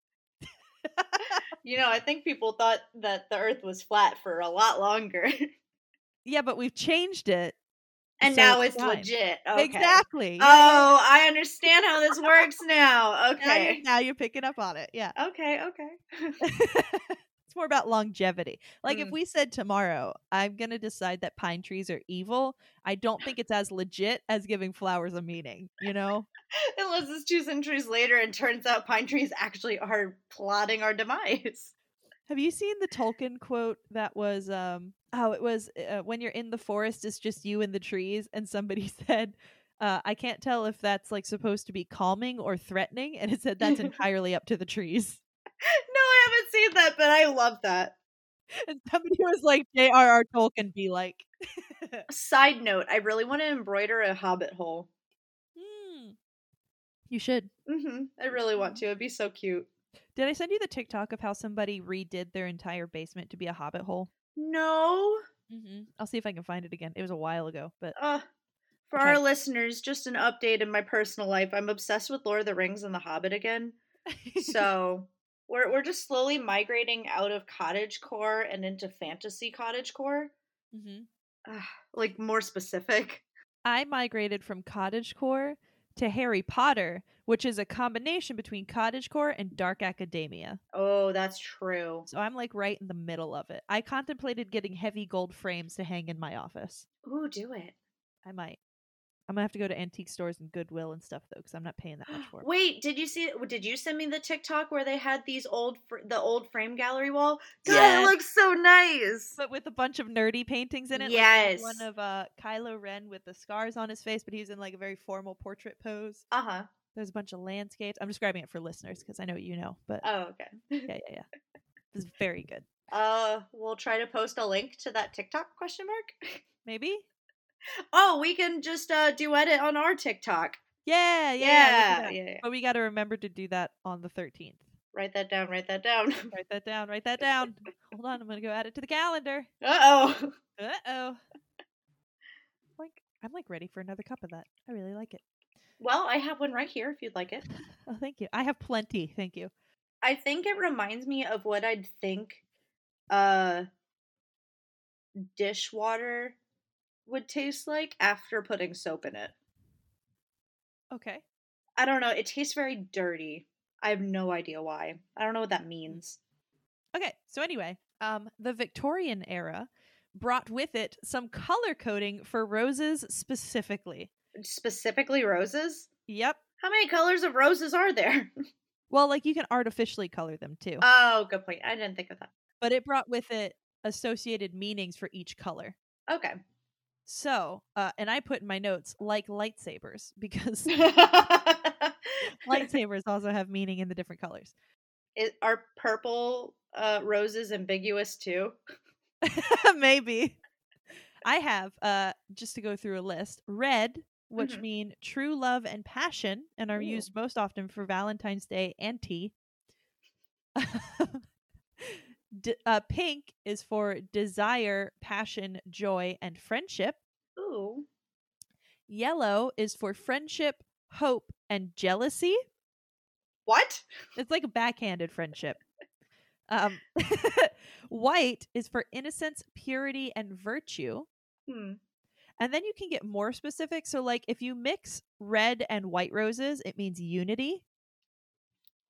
[SPEAKER 2] You know, I think people thought that the Earth was flat for a lot longer,
[SPEAKER 1] Yeah, but we've changed it.
[SPEAKER 2] and
[SPEAKER 1] so
[SPEAKER 2] now it's
[SPEAKER 1] fine.
[SPEAKER 2] legit. Okay.
[SPEAKER 1] Exactly.
[SPEAKER 2] Oh, I understand how this works now.
[SPEAKER 1] Now you're-
[SPEAKER 2] Okay.
[SPEAKER 1] now you're picking up on it. Yeah.
[SPEAKER 2] Okay. Okay.
[SPEAKER 1] it's more about longevity. Like if
[SPEAKER 2] Mm.
[SPEAKER 1] we said tomorrow, I'm going to decide that pine trees are evil, I don't think it's as legit as giving flowers a meaning, you know?
[SPEAKER 2] Unless it's two centuries later and turns out pine trees actually are plotting our demise.
[SPEAKER 1] Have you seen the Tolkien quote that was um oh, it was uh, when you're in the forest it's just you and the trees and somebody said uh, I can't tell if that's like supposed to be calming or threatening and it said that's entirely up to the trees.
[SPEAKER 2] No, I haven't seen that, but I love that.
[SPEAKER 1] And somebody was like J.R.R. Tolkien be like
[SPEAKER 2] Side note, I really want to embroider a hobbit hole.
[SPEAKER 1] hmm, you should
[SPEAKER 2] hmm I really want to. It'd be so cute.
[SPEAKER 1] Did I send you the TikTok of how somebody redid their entire basement to be a hobbit hole?
[SPEAKER 2] No.
[SPEAKER 1] Mm-hmm. I'll see if I can find it again. It was a while ago, but
[SPEAKER 2] Uh, for
[SPEAKER 1] Okay.
[SPEAKER 2] our listeners, just an update in my personal life. I'm obsessed with Lord of the Rings and The Hobbit again. So we're we're just slowly migrating out of cottage core and into fantasy cottage core.
[SPEAKER 1] Mhm.
[SPEAKER 2] Like more specific.
[SPEAKER 1] I migrated from cottagecore to Harry Potter, which is a combination between cottagecore and dark academia.
[SPEAKER 2] Oh, that's true.
[SPEAKER 1] So I'm like right in the middle of it. I contemplated getting heavy gold frames to hang in my office.
[SPEAKER 2] Ooh, do it.
[SPEAKER 1] I might. I'm gonna have to go to antique stores and Goodwill and stuff though, because I'm not paying that much for it.
[SPEAKER 2] Wait, did you see? Did you send me the TikTok where they had these old, fr- the old frame gallery wall? God,
[SPEAKER 1] Yes.
[SPEAKER 2] it looks so nice.
[SPEAKER 1] but with a bunch of nerdy paintings in it. like there's
[SPEAKER 2] Yes.
[SPEAKER 1] one of uh, Kylo Ren with the scars on his face, but he's in like a very formal portrait pose.
[SPEAKER 2] Uh huh.
[SPEAKER 1] There's a bunch of landscapes. I'm describing it for listeners because I know you know, but
[SPEAKER 2] Oh, okay.
[SPEAKER 1] yeah, yeah, yeah. It's very good.
[SPEAKER 2] Uh, we'll try to post a link to that TikTok question mark.
[SPEAKER 1] Maybe?
[SPEAKER 2] Oh, we can just uh duet it on our TikTok.
[SPEAKER 1] Yeah, yeah, yeah. we
[SPEAKER 2] Yeah, yeah.
[SPEAKER 1] can do that.
[SPEAKER 2] yeah.
[SPEAKER 1] But we got to remember to do that on the 13th.
[SPEAKER 2] Write that down. Write that down.
[SPEAKER 1] Write that down. Write that down. Hold on. I'm going to go add it to the calendar.
[SPEAKER 2] Uh oh.
[SPEAKER 1] Uh oh. Like, I'm like ready for another cup of that. I really like it.
[SPEAKER 2] Well, I have one right here if you'd like it.
[SPEAKER 1] Oh, thank you. I have plenty. Thank you.
[SPEAKER 2] I think it reminds me of what I'd think uh dishwater would taste like after putting soap in it.
[SPEAKER 1] Okay.
[SPEAKER 2] I don't know, it tastes very dirty. I have no idea why. I don't know what that means.
[SPEAKER 1] Okay, so anyway, um, the Victorian era brought with it some color coding for roses specifically.
[SPEAKER 2] Specifically roses?
[SPEAKER 1] Yep.
[SPEAKER 2] How many colors of roses are there?
[SPEAKER 1] Well, like you can artificially color them too,
[SPEAKER 2] Oh, good point. I didn't think of that.
[SPEAKER 1] but it brought with it associated meanings for each color.
[SPEAKER 2] Okay.
[SPEAKER 1] So, uh, and I put in my notes like lightsabers because
[SPEAKER 2] Like
[SPEAKER 1] lightsabers also have meaning in the different colors.
[SPEAKER 2] Is, are purple uh, roses ambiguous too?
[SPEAKER 1] Maybe. I have uh just to go through a list. Red, which
[SPEAKER 2] Mhm.
[SPEAKER 1] mean true love and passion and are
[SPEAKER 2] Ooh.
[SPEAKER 1] used most often for Valentine's Day and tea. D- uh, pink is for desire, passion, joy, and friendship.
[SPEAKER 2] Ooh.
[SPEAKER 1] Yellow is for friendship, hope, and jealousy.
[SPEAKER 2] What?
[SPEAKER 1] It's like a backhanded friendship. Um, white is for innocence, purity, and virtue.
[SPEAKER 2] Hmm.
[SPEAKER 1] And then you can get more specific. So, like, if you mix red and white roses, it means unity.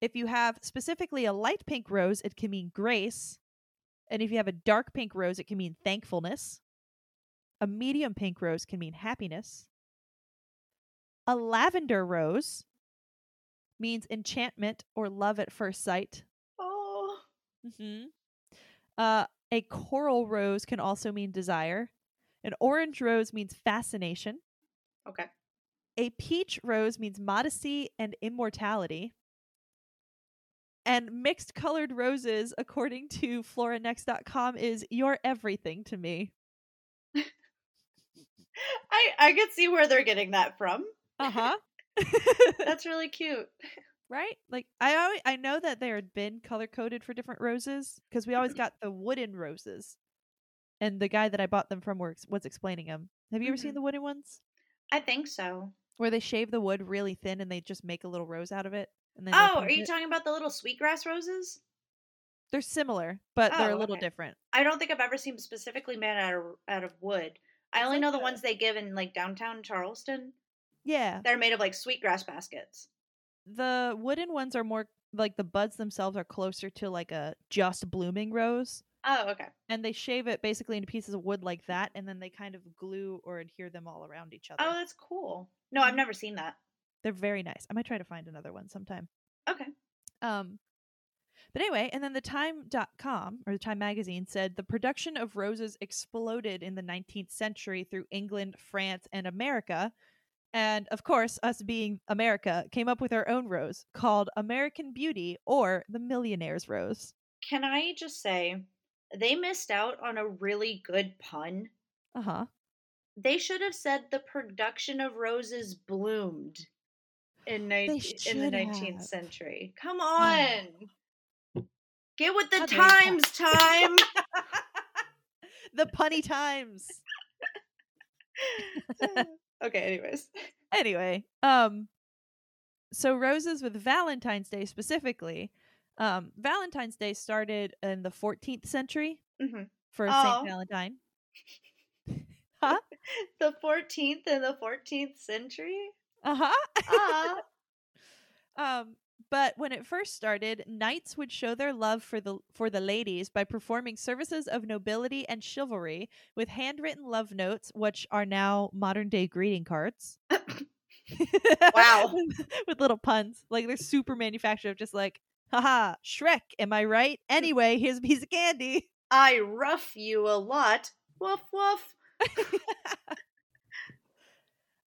[SPEAKER 1] If you have specifically a light pink rose, it can mean grace. And if you have a dark pink rose, it can mean thankfulness. A medium pink rose can mean happiness. A lavender rose means enchantment or love at first sight.
[SPEAKER 2] Oh.
[SPEAKER 1] Mm-hmm. Uh, a coral rose can also mean desire. An orange rose means fascination.
[SPEAKER 2] Okay.
[SPEAKER 1] A peach rose means modesty and immortality. And mixed colored roses, according to floranex.com, is you're everything to me.
[SPEAKER 2] I I could see where they're getting that from.
[SPEAKER 1] Uh
[SPEAKER 2] Uh-huh.
[SPEAKER 1] huh.
[SPEAKER 2] That's really cute.
[SPEAKER 1] right? Like I always, I know that there had been color coded for different roses because we always
[SPEAKER 2] Mhm.
[SPEAKER 1] got the wooden roses, and the guy that I bought them from were, ex- was explaining them. Have you ever seen
[SPEAKER 2] Mhm.
[SPEAKER 1] the wooden ones
[SPEAKER 2] I think so.
[SPEAKER 1] where they shave the wood really thin and they just make a little rose out of it? And then they
[SPEAKER 2] Oh,
[SPEAKER 1] paint
[SPEAKER 2] are you
[SPEAKER 1] it?
[SPEAKER 2] talking about the little sweetgrass roses?
[SPEAKER 1] They're similar, but they're a
[SPEAKER 2] Oh,
[SPEAKER 1] little
[SPEAKER 2] okay.
[SPEAKER 1] different.
[SPEAKER 2] I don't think I've ever seen specifically made out of out of wood. I
[SPEAKER 1] It's
[SPEAKER 2] only
[SPEAKER 1] like
[SPEAKER 2] know the
[SPEAKER 1] a-
[SPEAKER 2] ones they give in like downtown Charleston
[SPEAKER 1] Yeah.
[SPEAKER 2] that are made of like sweetgrass baskets.
[SPEAKER 1] The wooden ones are more like the buds themselves are closer to like a just blooming rose.
[SPEAKER 2] Oh, okay.
[SPEAKER 1] And they shave it basically into pieces of wood like that, and then they kind of glue or adhere them all around each other.
[SPEAKER 2] Oh, that's cool. No, I've never seen that.
[SPEAKER 1] They're very nice. I might try to find another one sometime.
[SPEAKER 2] Okay.
[SPEAKER 1] Um but anyway, and then the time.com or the Time magazine said the production of roses exploded in the 19th century through England, France, and America. And of course, us being America came up with our own rose called American Beauty or the Millionaire's Rose.
[SPEAKER 2] Can I just say they missed out on a really good pun?
[SPEAKER 1] Uh-huh.
[SPEAKER 2] They should have said the production of roses bloomed in, nine in the
[SPEAKER 1] should
[SPEAKER 2] 19th
[SPEAKER 1] have.
[SPEAKER 2] century. Come on. Get with the
[SPEAKER 1] Others have-
[SPEAKER 2] times, time.
[SPEAKER 1] The punny times.
[SPEAKER 2] okay, anyways.
[SPEAKER 1] anyway, um so roses with Valentine's Day specifically. Um Valentine's Day started in the 14th century
[SPEAKER 2] hmm
[SPEAKER 1] for
[SPEAKER 2] Oh.
[SPEAKER 1] St. Valentine.
[SPEAKER 2] The 14th and the 14th century?
[SPEAKER 1] Uh-huh.
[SPEAKER 2] Ah.
[SPEAKER 1] Um but when it first started, knights would show their love for the for the ladies by performing services of nobility and chivalry with handwritten love notes, which are now modern day greeting cards.
[SPEAKER 2] Wow.
[SPEAKER 1] with, with little puns. Like they're super manufactured of just like, haha, Shrek, am I right? Anyway, here's a piece of candy.
[SPEAKER 2] I rough you a lot. Woof woof.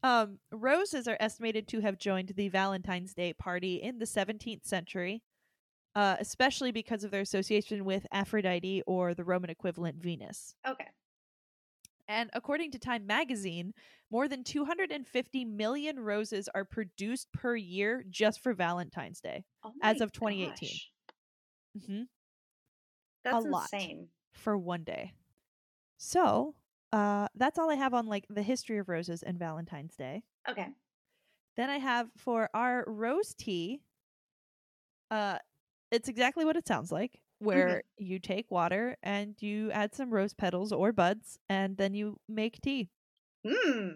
[SPEAKER 1] Um, roses are estimated to have joined the Valentine's Day party in the 17th century, uh, especially because of their association with Aphrodite or the Roman equivalent Venus.
[SPEAKER 2] Okay.
[SPEAKER 1] And according to Time magazine, more than 250 million roses are produced per year just for Valentine's Day.
[SPEAKER 2] Oh
[SPEAKER 1] As
[SPEAKER 2] my
[SPEAKER 1] of 2018.
[SPEAKER 2] gosh.
[SPEAKER 1] Mm-hmm.
[SPEAKER 2] That's
[SPEAKER 1] A lot.
[SPEAKER 2] insane.
[SPEAKER 1] for one day. So, uh, that's all I have on like the history of roses and Valentine's Day.
[SPEAKER 2] Okay.
[SPEAKER 1] Then I have for our rose tea. Uh, it's exactly what it sounds like, where you take water and you add some rose petals or buds, and then you make tea.
[SPEAKER 2] Hmm.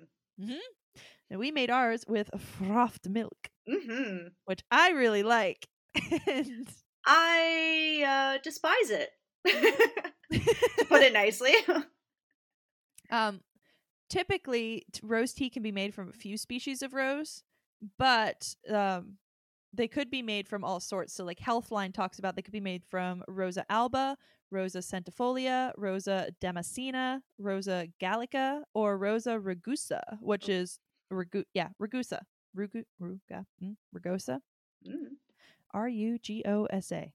[SPEAKER 1] And we made ours with frothed milk,
[SPEAKER 2] Hmm.
[SPEAKER 1] which I really like. and
[SPEAKER 2] I uh, despise it. to put it nicely.
[SPEAKER 1] Um, typically, t- rose tea can be made from a few species of rose, but um, they could be made from all sorts. So, like Healthline talks about, they could be made from Rosa alba, Rosa centifolia, Rosa damascena, Rosa gallica, or Rosa rugosa, which is rugu- yeah, rugosa, rugu- ruga, mm, rugosa,
[SPEAKER 2] Mm,
[SPEAKER 1] R U G O S A,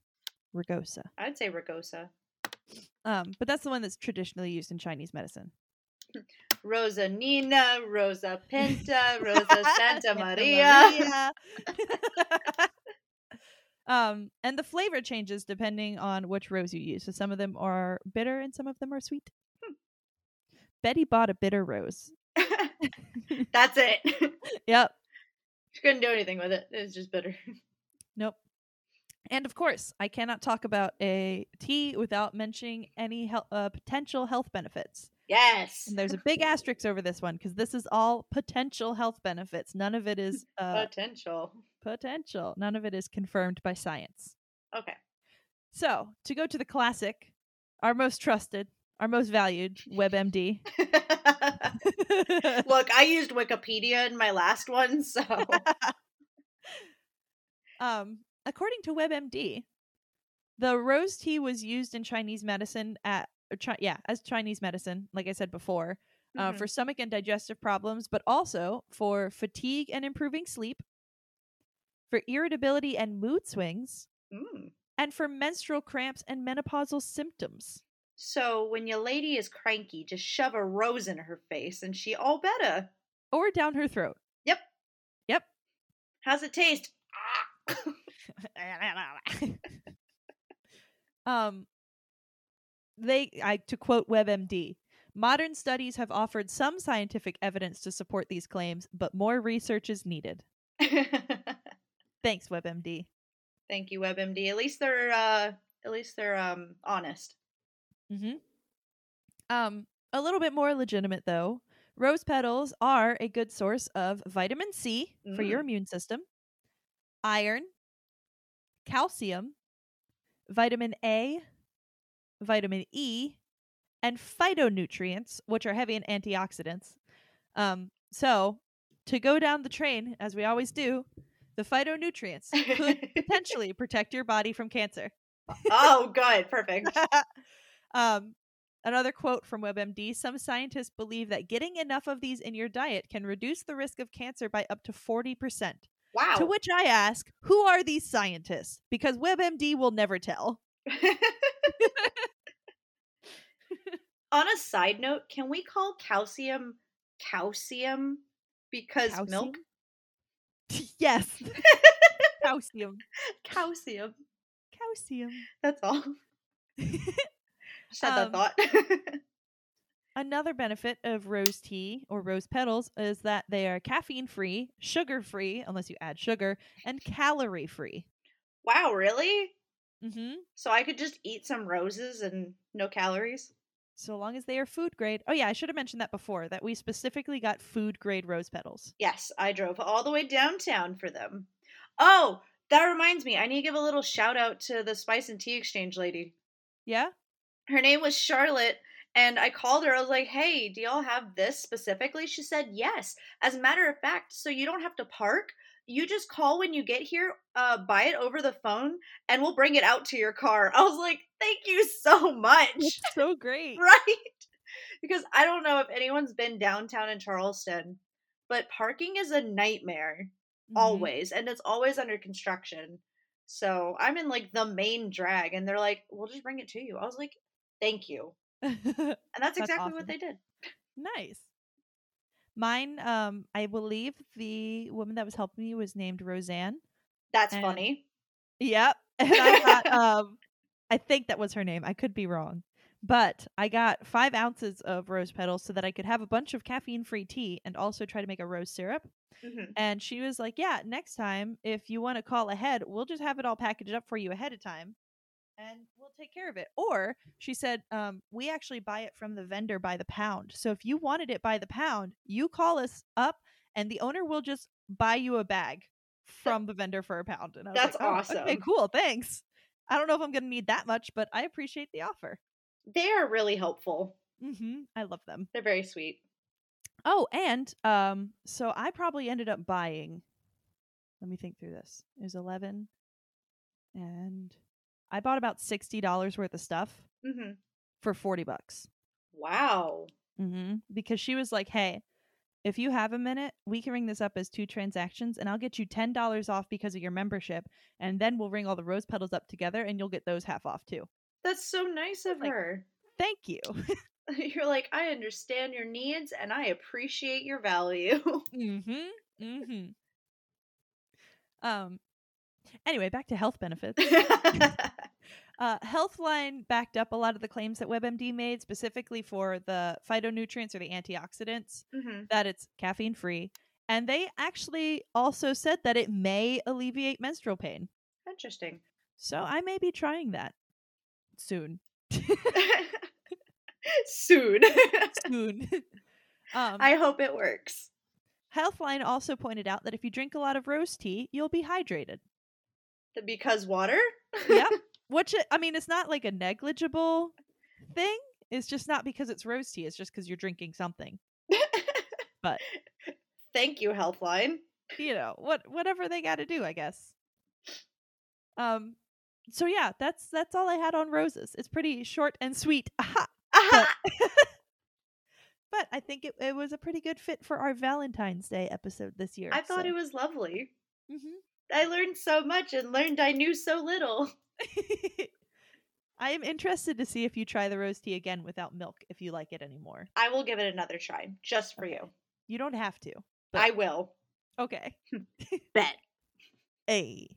[SPEAKER 1] rugosa.
[SPEAKER 2] I'd say rugosa.
[SPEAKER 1] Um, but that's the one that's traditionally used in Chinese medicine.
[SPEAKER 2] Rosa Nina, Rosa Pinta, Rosa Santa Maria.
[SPEAKER 1] Maria. um, and the flavor changes depending on which rose you use. So some of them are bitter and some of them are sweet.
[SPEAKER 2] Hmm.
[SPEAKER 1] Betty bought a bitter rose.
[SPEAKER 2] That's it. She
[SPEAKER 1] Yep.
[SPEAKER 2] couldn't do anything with it. It was just bitter.
[SPEAKER 1] Nope. And of course, I cannot talk about a tea without mentioning any hel- uh, potential health benefits.
[SPEAKER 2] Yes.
[SPEAKER 1] And there's a big asterisk over this one because this is all potential health benefits. None of it is uh,
[SPEAKER 2] Potential.
[SPEAKER 1] potential. None of it is confirmed by science.
[SPEAKER 2] Okay.
[SPEAKER 1] So, to go to the classic, our most trusted, our most valued, WebMD.
[SPEAKER 2] Look, I used Wikipedia in my last one, so Mm-hmm.
[SPEAKER 1] um, according to WebMD, the rose tea was used in Chinese medicine at or chi- yeah, as Chinese medicine, like I said before, uh,
[SPEAKER 2] Mhm.
[SPEAKER 1] for stomach and digestive problems, but also for fatigue and improving sleep, for irritability and mood swings,
[SPEAKER 2] Mm.
[SPEAKER 1] and for menstrual cramps and menopausal symptoms.
[SPEAKER 2] So when your lady is cranky, just shove a rose in her face and she all better.
[SPEAKER 1] Or down her throat.
[SPEAKER 2] How's it taste?
[SPEAKER 1] um they I to quote WebMD, modern studies have offered some scientific evidence to support these claims, but more research is needed.
[SPEAKER 2] Thank
[SPEAKER 1] Thanks, WebMD.
[SPEAKER 2] you, WebMD. At least they're uh at At least they're um honest.
[SPEAKER 1] Mm-hmm. Um, a little bit more legitimate though. Rose petals are a good source of vitamin C for your immune system, iron, calcium, vitamin A, vitamin E, and phytonutrients, which are heavy in antioxidants. Um, so, to go down the train, as we always do, the phytonutrients could potentially protect your body from cancer.
[SPEAKER 2] oh, good. Perfect.
[SPEAKER 1] um, another quote from WebMD Some scientists believe that getting enough of these in your diet can reduce the risk of cancer by up to 40%.
[SPEAKER 2] Wow.
[SPEAKER 1] To which I ask, who are these scientists? Because WebMD will never tell.
[SPEAKER 2] On a side note, can we call calcium calcium because milk?
[SPEAKER 1] yes. Calcium.
[SPEAKER 2] Calcium.
[SPEAKER 1] Calcium.
[SPEAKER 2] That's all. Just had
[SPEAKER 1] Um,
[SPEAKER 2] that thought.
[SPEAKER 1] Another benefit of rose tea or rose petals is that they are caffeine free, sugar free, unless you add sugar, and calorie free.
[SPEAKER 2] wow, really?
[SPEAKER 1] hmm
[SPEAKER 2] So I could just eat some roses and no calories?
[SPEAKER 1] So long as they are food grade. Oh, yeah, I should have mentioned that before that we specifically got food grade rose petals.
[SPEAKER 2] Yes, I drove all the way downtown for them. Oh, that reminds me, I need to give a little shout out to the Spice and Tea Exchange lady.
[SPEAKER 1] Yeah?
[SPEAKER 2] Her name was Charlotte, and I called her. I was like, hey, do y'all have this specifically? She said, yes. As a matter of fact, so you don't have to park. You just call when you get here, uh, buy it over the phone, and we'll bring it out to your car. I was like, thank you so much.
[SPEAKER 1] It's so great.
[SPEAKER 2] right? Because I don't know if anyone's been downtown in Charleston, but parking is a nightmare
[SPEAKER 1] Mhm.
[SPEAKER 2] always, and it's always under construction. So I'm in like the main drag, and they're like, "We'll just bring it to you." I was like, "Thank you," and that's,
[SPEAKER 1] That's
[SPEAKER 2] exactly what
[SPEAKER 1] awesome.
[SPEAKER 2] they did.
[SPEAKER 1] Mm-hmm. nice. Mine, um, I believe the woman that was helping me was named Roseanne.
[SPEAKER 2] That's
[SPEAKER 1] And-
[SPEAKER 2] funny.
[SPEAKER 1] Yep. And I got um I think that was her name. I could be wrong. But I got five ounces of rose petals so that I could have a bunch of caffeine free tea and also try to make a rose syrup.
[SPEAKER 2] Mhm.
[SPEAKER 1] And she was like, Yeah, next time if you want to call ahead, we'll just have it all packaged up for you ahead of time and we'll take care of it. Or she said, um, we actually buy it from the vendor by the pound. So if you wanted it by the pound, you call us up and the owner will just buy you a bag from the vendor for a pound. And I was
[SPEAKER 2] That's
[SPEAKER 1] like, "Oh, Okay,
[SPEAKER 2] awesome.
[SPEAKER 1] cool. Thanks. I don't know if I'm going to need that much, but I appreciate the offer.
[SPEAKER 2] They are really helpful.
[SPEAKER 1] hmm I love them.
[SPEAKER 2] They're very sweet.
[SPEAKER 1] Oh, and um, so I probably ended up buying. Let me think through this. It was eleven, and I bought about sixty dollars worth of stuff
[SPEAKER 2] hmm
[SPEAKER 1] for forty bucks.
[SPEAKER 2] Wow.
[SPEAKER 1] Mm-hmm. Because she was like, hey, if you have a minute, we can ring this up as two transactions and I'll get you $10 off because of your membership. And then we'll ring all the rose petals up together and you'll get those half off too.
[SPEAKER 2] That's so nice of
[SPEAKER 1] Like-
[SPEAKER 2] her.
[SPEAKER 1] Thank you.
[SPEAKER 2] You're like, I understand your needs and I appreciate your value.
[SPEAKER 1] Mm-hmm. Mm-hmm. Um, anyway, back to health benefits.
[SPEAKER 2] Mm-hmm.
[SPEAKER 1] Uh, Healthline backed up a lot of the claims that WebMD made, specifically for the phytonutrients or the antioxidants.
[SPEAKER 2] hmm
[SPEAKER 1] that it's caffeine free. And they actually also said that it may alleviate menstrual pain.
[SPEAKER 2] Interesting.
[SPEAKER 1] So I may be trying that soon.
[SPEAKER 2] Soon.
[SPEAKER 1] Um Soon. um,
[SPEAKER 2] I hope it works.
[SPEAKER 1] Healthline also pointed out that if you drink a lot of rose tea, you'll be hydrated.
[SPEAKER 2] The- Because water?
[SPEAKER 1] Yep. Which, I- I mean, it's not like a negligible thing. It's just not because it's rose tea, it's just because you're drinking something.
[SPEAKER 2] Thank you, Healthline.
[SPEAKER 1] you know what whatever they got to do i guess um so yeah that's that's all i had on roses it's pretty short and sweet Aha!
[SPEAKER 2] Aha!
[SPEAKER 1] but i think it, it was a pretty good fit for our valentine's day episode this year
[SPEAKER 2] I thought it was lovely.
[SPEAKER 1] was
[SPEAKER 2] I learned so much and learned I knew so little.
[SPEAKER 1] mm-hmm. i am interested to see if you try the rose tea again without milk if you like it anymore
[SPEAKER 2] I will give it another try just for
[SPEAKER 1] Okay.
[SPEAKER 2] you.
[SPEAKER 1] you don't have to But-
[SPEAKER 2] I will.
[SPEAKER 1] okay
[SPEAKER 2] Hmm. Bet.
[SPEAKER 1] a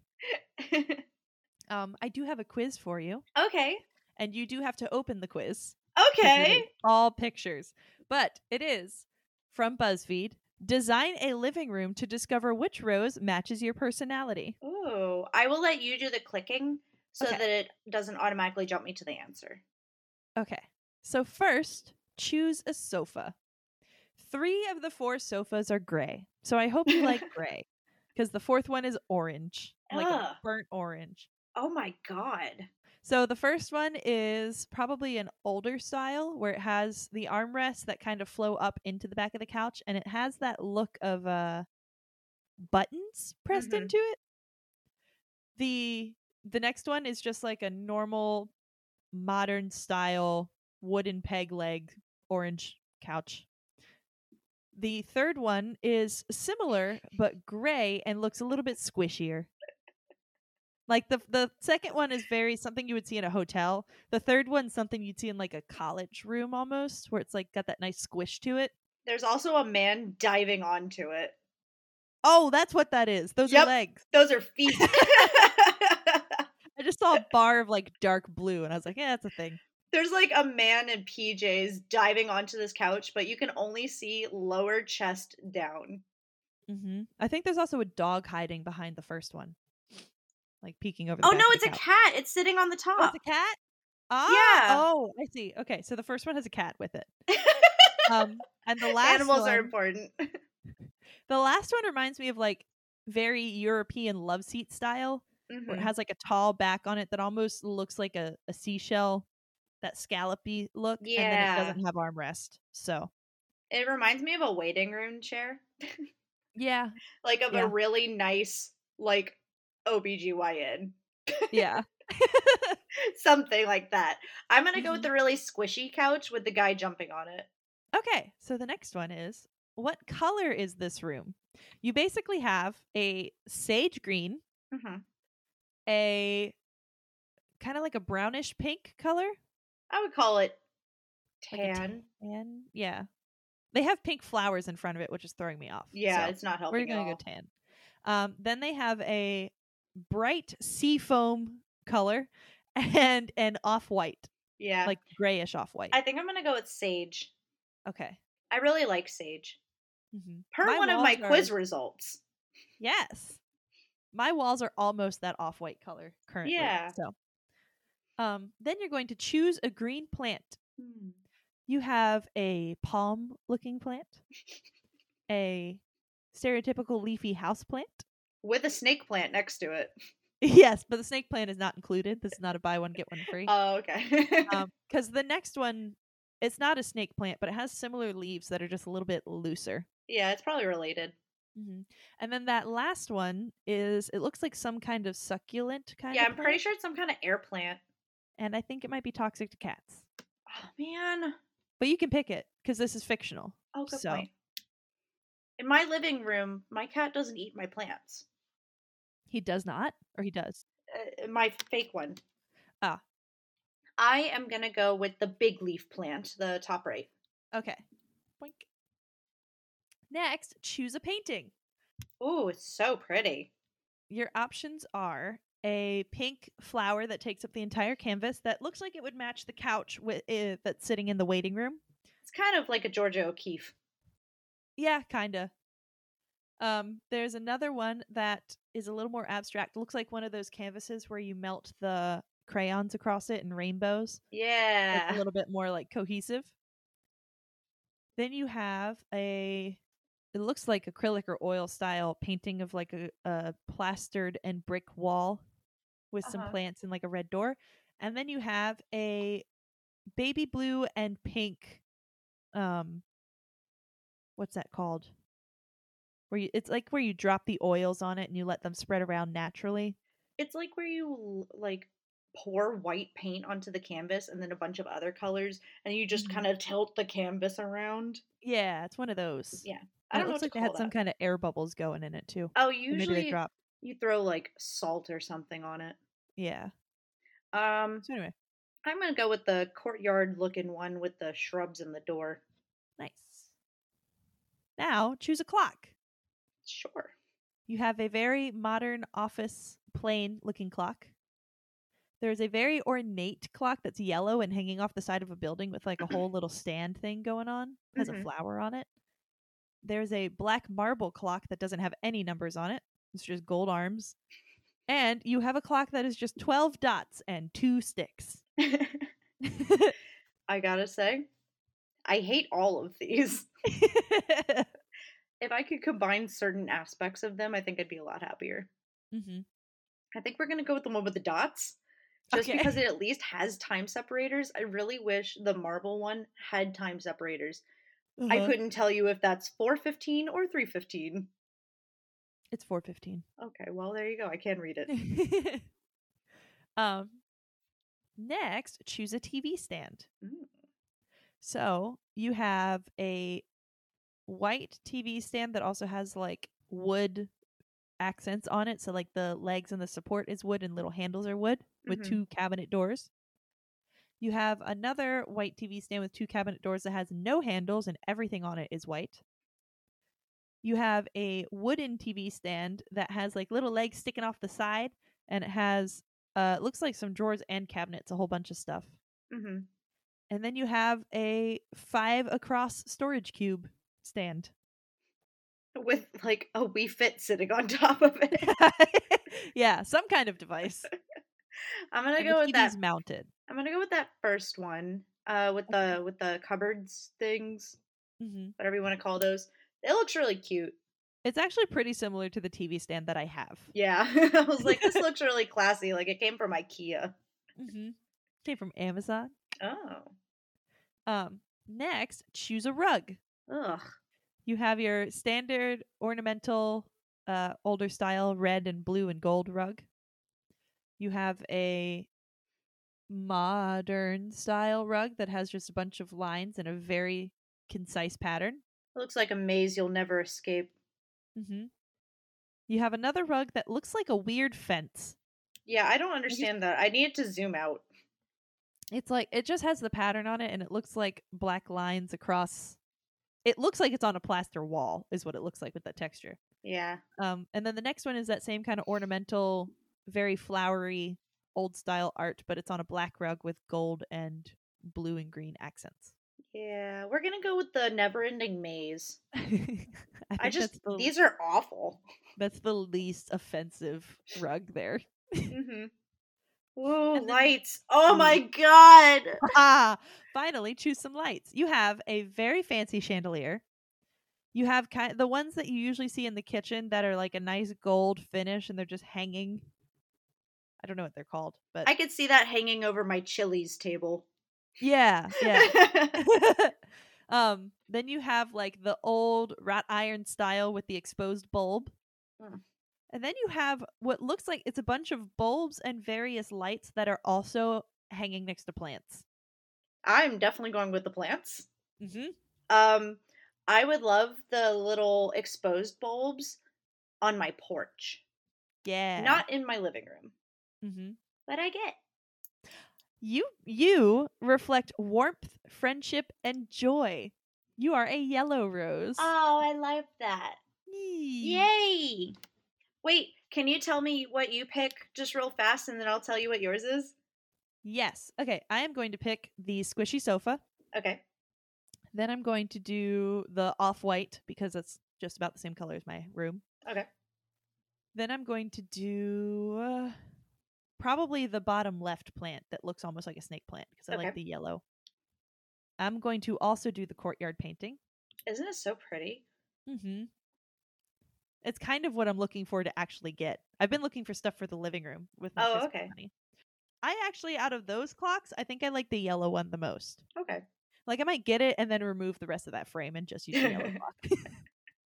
[SPEAKER 1] um i do have a quiz for you
[SPEAKER 2] okay.
[SPEAKER 1] and you do have to open the quiz because it
[SPEAKER 2] Okay.
[SPEAKER 1] is All pictures. But it is from BuzzFeed. Design a living room to discover which rose matches your personality.
[SPEAKER 2] Ooh. I will let you do the clicking so
[SPEAKER 1] Okay.
[SPEAKER 2] that it doesn't automatically jump me to the answer.
[SPEAKER 1] Okay. So first, choose a sofa. Three of the four sofas are gray. So I hope you like gray because the fourth one is orange, like
[SPEAKER 2] Ugh.
[SPEAKER 1] a burnt orange.
[SPEAKER 2] Oh my god.
[SPEAKER 1] So the first one is probably an older style where it has the armrests that kind of flow up into the back of the couch and it has that look of uh buttons pressed
[SPEAKER 2] Mhm.
[SPEAKER 1] into it. The the next one is just like a normal modern style wooden peg leg orange couch. The third one is similar but gray and looks a little bit squishier. Like the the second one is very something you would see in a hotel. The third one's something you'd see in like a college room almost, where it's like got that nice squish to it.
[SPEAKER 2] There's also a man diving onto it.
[SPEAKER 1] Oh, that's what that is. Those
[SPEAKER 2] Yep.
[SPEAKER 1] are legs.
[SPEAKER 2] Those are feet.
[SPEAKER 1] I just saw a bar of like dark blue, and I was like, yeah, that's a thing.
[SPEAKER 2] There's like a man in PJs diving onto this couch, but you can only see lower chest down.
[SPEAKER 1] hmm I think there's also a dog hiding behind the first one, like peeking over. The
[SPEAKER 2] Oh
[SPEAKER 1] back
[SPEAKER 2] no,
[SPEAKER 1] of the
[SPEAKER 2] it's a
[SPEAKER 1] couch.
[SPEAKER 2] cat. It's sitting on the
[SPEAKER 1] Oh,
[SPEAKER 2] top.
[SPEAKER 1] it's a cat. Ah,
[SPEAKER 2] Yeah.
[SPEAKER 1] Oh, I see. Okay, so the first one has a cat with it. Um, and the last
[SPEAKER 2] Animals
[SPEAKER 1] one,
[SPEAKER 2] are important.
[SPEAKER 1] the last one reminds me of like very European love seat style. where it
[SPEAKER 2] Mhm.
[SPEAKER 1] has like a tall back on it that almost looks like a, a seashell, that scallopy look, and then
[SPEAKER 2] Yeah.
[SPEAKER 1] it doesn't have armrest. So
[SPEAKER 2] It reminds me of a waiting room chair.
[SPEAKER 1] yeah,
[SPEAKER 2] like of
[SPEAKER 1] Yeah.
[SPEAKER 2] a really nice like OBGYN.
[SPEAKER 1] yeah,
[SPEAKER 2] Something like that. I'm gonna
[SPEAKER 1] Mm-hmm.
[SPEAKER 2] go with the really squishy couch with the guy jumping on it.
[SPEAKER 1] okay. So the next one is what color is this room? You basically have a sage green, Mm-hmm.
[SPEAKER 2] Mhm.
[SPEAKER 1] a kind of like a brownish pink color,
[SPEAKER 2] I would call it
[SPEAKER 1] like a
[SPEAKER 2] tan.
[SPEAKER 1] tan. Yeah, they have pink flowers in front of it, which is throwing me off.
[SPEAKER 2] Yeah,
[SPEAKER 1] so.
[SPEAKER 2] it's not
[SPEAKER 1] We're
[SPEAKER 2] helping.
[SPEAKER 1] gonna
[SPEAKER 2] at
[SPEAKER 1] go
[SPEAKER 2] all.
[SPEAKER 1] tan. Um, then they have a bright sea foam color and an off white,
[SPEAKER 2] yeah,
[SPEAKER 1] like grayish off white.
[SPEAKER 2] I think I'm gonna go with sage.
[SPEAKER 1] Okay.
[SPEAKER 2] I really like sage.
[SPEAKER 1] Mhm.
[SPEAKER 2] Per
[SPEAKER 1] My
[SPEAKER 2] one of my
[SPEAKER 1] walls are-
[SPEAKER 2] quiz results.
[SPEAKER 1] Yes. My walls are almost that off white color currently.
[SPEAKER 2] Yeah.
[SPEAKER 1] So, um, then you're going to choose a green plant. Hmm. You have a palm looking plant, a stereotypical leafy house plant.
[SPEAKER 2] With a snake plant next to it.
[SPEAKER 1] Yes, but the snake plant is not included. This is not a buy one get one free.
[SPEAKER 2] Oh, okay.
[SPEAKER 1] because um, the next one it's not a snake plant but it has similar leaves that are just a little bit looser
[SPEAKER 2] yeah, it's probably related.
[SPEAKER 1] Mm-hmm. and then that last one is it looks like some kind of succulent kind
[SPEAKER 2] Yeah,
[SPEAKER 1] of
[SPEAKER 2] I'm pretty
[SPEAKER 1] plant,
[SPEAKER 2] sure it's some kind of air plant.
[SPEAKER 1] and i think it might be toxic to cats
[SPEAKER 2] Oh man.
[SPEAKER 1] but you can pick it because this is fictional
[SPEAKER 2] Oh, good
[SPEAKER 1] So-
[SPEAKER 2] point. In my living room, my cat doesn't eat my plants.
[SPEAKER 1] he does not or he does
[SPEAKER 2] Uh, my fake one.
[SPEAKER 1] Ah.
[SPEAKER 2] I am going to go with the big leaf plant, the top right.
[SPEAKER 1] okay Boink. next choose a painting
[SPEAKER 2] Ooh, it's so pretty.
[SPEAKER 1] your options are a pink flower that takes up the entire canvas that looks like it would match the couch with uh, that's sitting in the waiting room
[SPEAKER 2] It's kind of like a Georgia O'Keeffe.
[SPEAKER 1] Yeah, kinda. Um, there's another one that is a little more abstract. Looks like one of those canvases where you melt the crayons across it and rainbows. It's
[SPEAKER 2] Yeah.
[SPEAKER 1] a little bit more like cohesive. Then you have a it looks like acrylic or oil style painting of like a, a plastered and brick wall with some
[SPEAKER 2] Uh-huh.
[SPEAKER 1] plants and like a red door. And then you have a baby blue and pink um what's that called? Where you it's like where you drop the oils on it and you let them spread around naturally.
[SPEAKER 2] It's like where you l- like pour white paint onto the canvas and then a bunch of other colors and you just
[SPEAKER 1] Mhm.
[SPEAKER 2] kind of tilt the canvas around.
[SPEAKER 1] Yeah, it's one of those.
[SPEAKER 2] Yeah. I
[SPEAKER 1] And Oh,
[SPEAKER 2] don't
[SPEAKER 1] it
[SPEAKER 2] know
[SPEAKER 1] looks
[SPEAKER 2] what
[SPEAKER 1] like
[SPEAKER 2] to
[SPEAKER 1] they had
[SPEAKER 2] call
[SPEAKER 1] some
[SPEAKER 2] that.
[SPEAKER 1] kind of air bubbles going in it too.
[SPEAKER 2] Oh,
[SPEAKER 1] or maybe they
[SPEAKER 2] usually
[SPEAKER 1] drop.
[SPEAKER 2] you throw like salt or something on it.
[SPEAKER 1] Yeah.
[SPEAKER 2] Um
[SPEAKER 1] So anyway,
[SPEAKER 2] I'm gonna go with the courtyard looking one with the shrubs and the door.
[SPEAKER 1] nice. Now choose a clock.
[SPEAKER 2] Sure.
[SPEAKER 1] You have a very modern office plain looking clock. There is a very ornate clock that's yellow and hanging off the side of a building with like a whole little stand thing going on. Has a
[SPEAKER 2] Mhm.
[SPEAKER 1] flower on it. There's a black marble clock that doesn't have any numbers on it. It's just gold arms. And you have a clock that is just 12 dots and two sticks. Mm-hmm.
[SPEAKER 2] I gotta say, I hate all of these.
[SPEAKER 1] mm-hmm.
[SPEAKER 2] If I could combine certain aspects of them, I think I'd be a lot happier. I think we're gonna go with the one with the dots. Just
[SPEAKER 1] Okay.
[SPEAKER 2] because it at least has time separators. I really wish the marble one had time separators.
[SPEAKER 1] Uh-huh.
[SPEAKER 2] I couldn't tell you if that's 415 or 315.
[SPEAKER 1] It's 415.
[SPEAKER 2] Okay, well, there you go. I can read it.
[SPEAKER 1] um, next, choose a TV stand.
[SPEAKER 2] Mm.
[SPEAKER 1] So you have a white TV stand that also has like wood accents on it. So like the legs and the support is wood and little handles are wood with
[SPEAKER 2] Mhm.
[SPEAKER 1] two cabinet doors. You have another white TV stand with two cabinet doors that has no handles and everything on it is white. You have a wooden TV stand that has like little legs sticking off the side and it has uh it looks like some drawers and cabinets, a whole bunch of stuff.
[SPEAKER 2] hmm
[SPEAKER 1] And then you have a five across storage cube stand.
[SPEAKER 2] With like a Wii Fit sitting on top of it.
[SPEAKER 1] yeah, some kind of device.
[SPEAKER 2] I'm gonna
[SPEAKER 1] And
[SPEAKER 2] go
[SPEAKER 1] the
[SPEAKER 2] with that.
[SPEAKER 1] TV's mounted.
[SPEAKER 2] I'm gonna go with that first one. Uh, with the with the cupboards things,
[SPEAKER 1] hmm
[SPEAKER 2] whatever you want to call those. It looks really cute.
[SPEAKER 1] It's actually pretty similar to the TV stand that I have.
[SPEAKER 2] Yeah, I was like, this looks really classy. Like it came from IKEA.
[SPEAKER 1] Mm-hmm. Came from Amazon.
[SPEAKER 2] Oh,
[SPEAKER 1] Um, next, choose a rug.
[SPEAKER 2] ugh,
[SPEAKER 1] You have your standard ornamental, uh, older style red and blue and gold rug. You have a modern style rug that has just a bunch of lines and a very concise pattern.
[SPEAKER 2] it looks like a maze you'll never escape.
[SPEAKER 1] Mm-hmm. You have another rug that looks like a weird fence.
[SPEAKER 2] Yeah, I don't understand that. I need to zoom out.
[SPEAKER 1] It's like it just has the pattern on it, and it looks like black lines across. It looks like it's on a plaster wall, is what it looks like with that texture.
[SPEAKER 2] Yeah,
[SPEAKER 1] Um, and then the next one is that same kind of ornamental, very flowery, old style art, but it's on a black rug with gold and blue and green accents.
[SPEAKER 2] yeah, we're gonna go with the never-ending maze.
[SPEAKER 1] I,
[SPEAKER 2] I
[SPEAKER 1] think
[SPEAKER 2] just
[SPEAKER 1] that's the,
[SPEAKER 2] these are awful.
[SPEAKER 1] that's the least offensive rug there.
[SPEAKER 2] hmm Ooh,
[SPEAKER 1] And then-
[SPEAKER 2] lights! Oh
[SPEAKER 1] Mm.
[SPEAKER 2] my god!
[SPEAKER 1] ah, finally choose some lights. You have a very fancy chandelier. You have kind the ones that you usually see in the kitchen that are like a nice gold finish and they're just hanging. I don't know what they're called, but
[SPEAKER 2] I could see that hanging over my Chili's table.
[SPEAKER 1] yeah, yeah. um, then you have like the old wrought iron style with the exposed bulb.
[SPEAKER 2] Mm.
[SPEAKER 1] And then you have what looks like it's a bunch of bulbs and various lights that are also hanging next to plants.
[SPEAKER 2] I'm definitely going with the plants.
[SPEAKER 1] Mm-hmm.
[SPEAKER 2] Um, I would love the little exposed bulbs on my porch,
[SPEAKER 1] Yeah.
[SPEAKER 2] not in my living room,
[SPEAKER 1] Mm-hmm.
[SPEAKER 2] but I get.
[SPEAKER 1] You you reflect warmth, friendship, and joy. You are a yellow rose.
[SPEAKER 2] Oh, I love that!
[SPEAKER 1] Yee.
[SPEAKER 2] Yay! Wait, can you tell me what you pick just real fast, and then I'll tell you what yours is?
[SPEAKER 1] Yes. Okay, I am going to pick the squishy sofa.
[SPEAKER 2] Okay.
[SPEAKER 1] Then I'm going to do the off-white because that's just about the same color as my room.
[SPEAKER 2] Okay.
[SPEAKER 1] Then I'm going to do uh, probably the bottom left plant that looks almost like a snake plant because I like
[SPEAKER 2] Okay.
[SPEAKER 1] the yellow. I'm going to also do the courtyard painting.
[SPEAKER 2] Isn't it so pretty?
[SPEAKER 1] Mm-hmm. It's kind of what I'm looking for to actually get. I've been looking for stuff for the living room with my
[SPEAKER 2] Oh,
[SPEAKER 1] physical
[SPEAKER 2] okay.
[SPEAKER 1] money. I actually, out of those clocks, I think I like the yellow one the most.
[SPEAKER 2] Okay.
[SPEAKER 1] Like I might get it and then remove the rest of that frame and just use the yellow clock.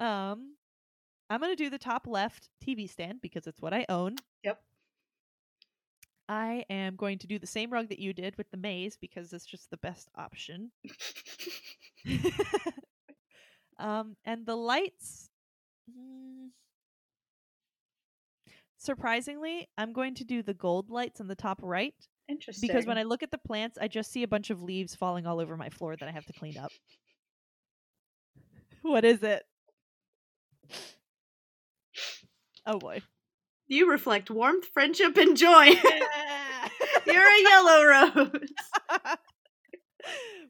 [SPEAKER 1] um, I'm gonna do the top left TV stand because it's what I own.
[SPEAKER 2] Yep.
[SPEAKER 1] I am going to do the same rug that you did with the maze because it's just the best option. um, and the lights. mm, Surprisingly, I'm going to do the gold lights on the top right
[SPEAKER 2] Interesting.
[SPEAKER 1] because when I look at the plants, I just see a bunch of leaves falling all over my floor that I have to clean up. What is it? Oh boy.
[SPEAKER 2] You reflect warmth, friendship, and joy. You're a yellow rose.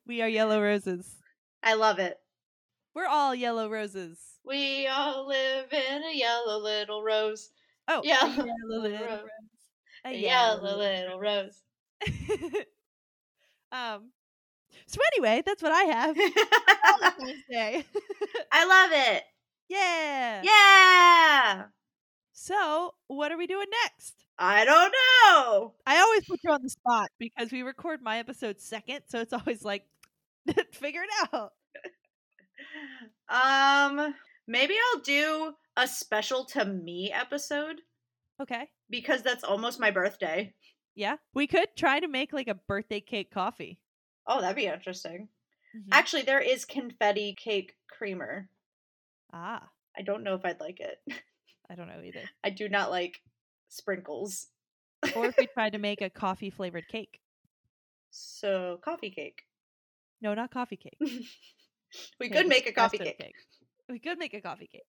[SPEAKER 1] we are yellow roses.
[SPEAKER 2] I love it.
[SPEAKER 1] We're all yellow roses.
[SPEAKER 2] We all live in a yellow little rose.
[SPEAKER 1] Oh,
[SPEAKER 2] Yeah.
[SPEAKER 1] a yellow little
[SPEAKER 2] Rose.
[SPEAKER 1] a
[SPEAKER 2] Yeah,
[SPEAKER 1] yellow
[SPEAKER 2] little rose.
[SPEAKER 1] little- um. So anyway, that's what I have.
[SPEAKER 2] I
[SPEAKER 1] Valentine's Day.
[SPEAKER 2] love it.
[SPEAKER 1] yeah.
[SPEAKER 2] Yeah.
[SPEAKER 1] So what are we doing next?
[SPEAKER 2] I don't know.
[SPEAKER 1] I always put you on the spot because we record my episode second, so it's always like, figure it out.
[SPEAKER 2] Um, maybe I'll do a special to me episode
[SPEAKER 1] Okay.
[SPEAKER 2] because that's almost my birthday.
[SPEAKER 1] Yeah. We could try to make like a birthday cake coffee.
[SPEAKER 2] Oh, that'd be interesting.
[SPEAKER 1] Mm-hmm.
[SPEAKER 2] Actually, there is confetti cake creamer.
[SPEAKER 1] ah,
[SPEAKER 2] I don't know if I'd like it.
[SPEAKER 1] I don't know either.
[SPEAKER 2] I do not like sprinkles.
[SPEAKER 1] Or if we tried to make a coffee flavored cake.
[SPEAKER 2] So, coffee cake.
[SPEAKER 1] No, not coffee cake.
[SPEAKER 2] we
[SPEAKER 1] Maybe
[SPEAKER 2] could make a coffee
[SPEAKER 1] espresso
[SPEAKER 2] cake.
[SPEAKER 1] We could make a coffee cake.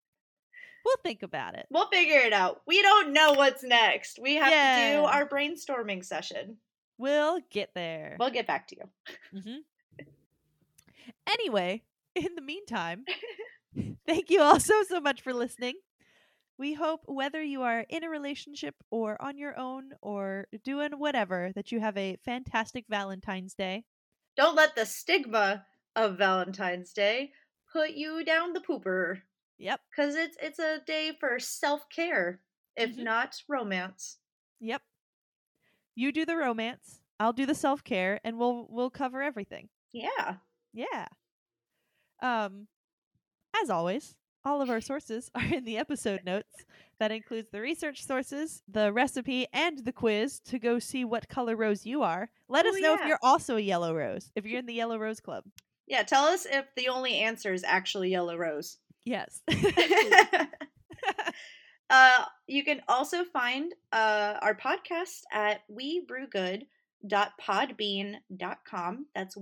[SPEAKER 1] We'll think about it.
[SPEAKER 2] We'll figure it out. We don't know what's next. We have to
[SPEAKER 1] Yeah.
[SPEAKER 2] do our brainstorming session.
[SPEAKER 1] We'll get there.
[SPEAKER 2] We'll get back to you.
[SPEAKER 1] hmm Anyway, in the meantime, thank you all so, so much for listening. We hope whether you are in a relationship or on your own or doing whatever, that you have a fantastic Valentine's Day.
[SPEAKER 2] Don't let the stigma of Valentine's Day put you down the pooper
[SPEAKER 1] Yep.
[SPEAKER 2] cuz it's it's a day for self-care, if
[SPEAKER 1] Mhm.
[SPEAKER 2] not romance.
[SPEAKER 1] Yep. You do the romance, I'll do the self-care and we'll we'll cover everything.
[SPEAKER 2] Yeah.
[SPEAKER 1] Yeah. Um as always, all of our sources are in the episode notes. That includes the research sources, the recipe, and the quiz to go see what color rose you are. Let
[SPEAKER 2] Oh,
[SPEAKER 1] us know if
[SPEAKER 2] yeah.
[SPEAKER 1] you're also a yellow rose, if you're in the yellow rose club.
[SPEAKER 2] Yeah, tell us if the only answer is actually yellow rose.
[SPEAKER 1] Yes.
[SPEAKER 2] uh, you can also find uh, our podcast at webrewgood.podbean.com. That's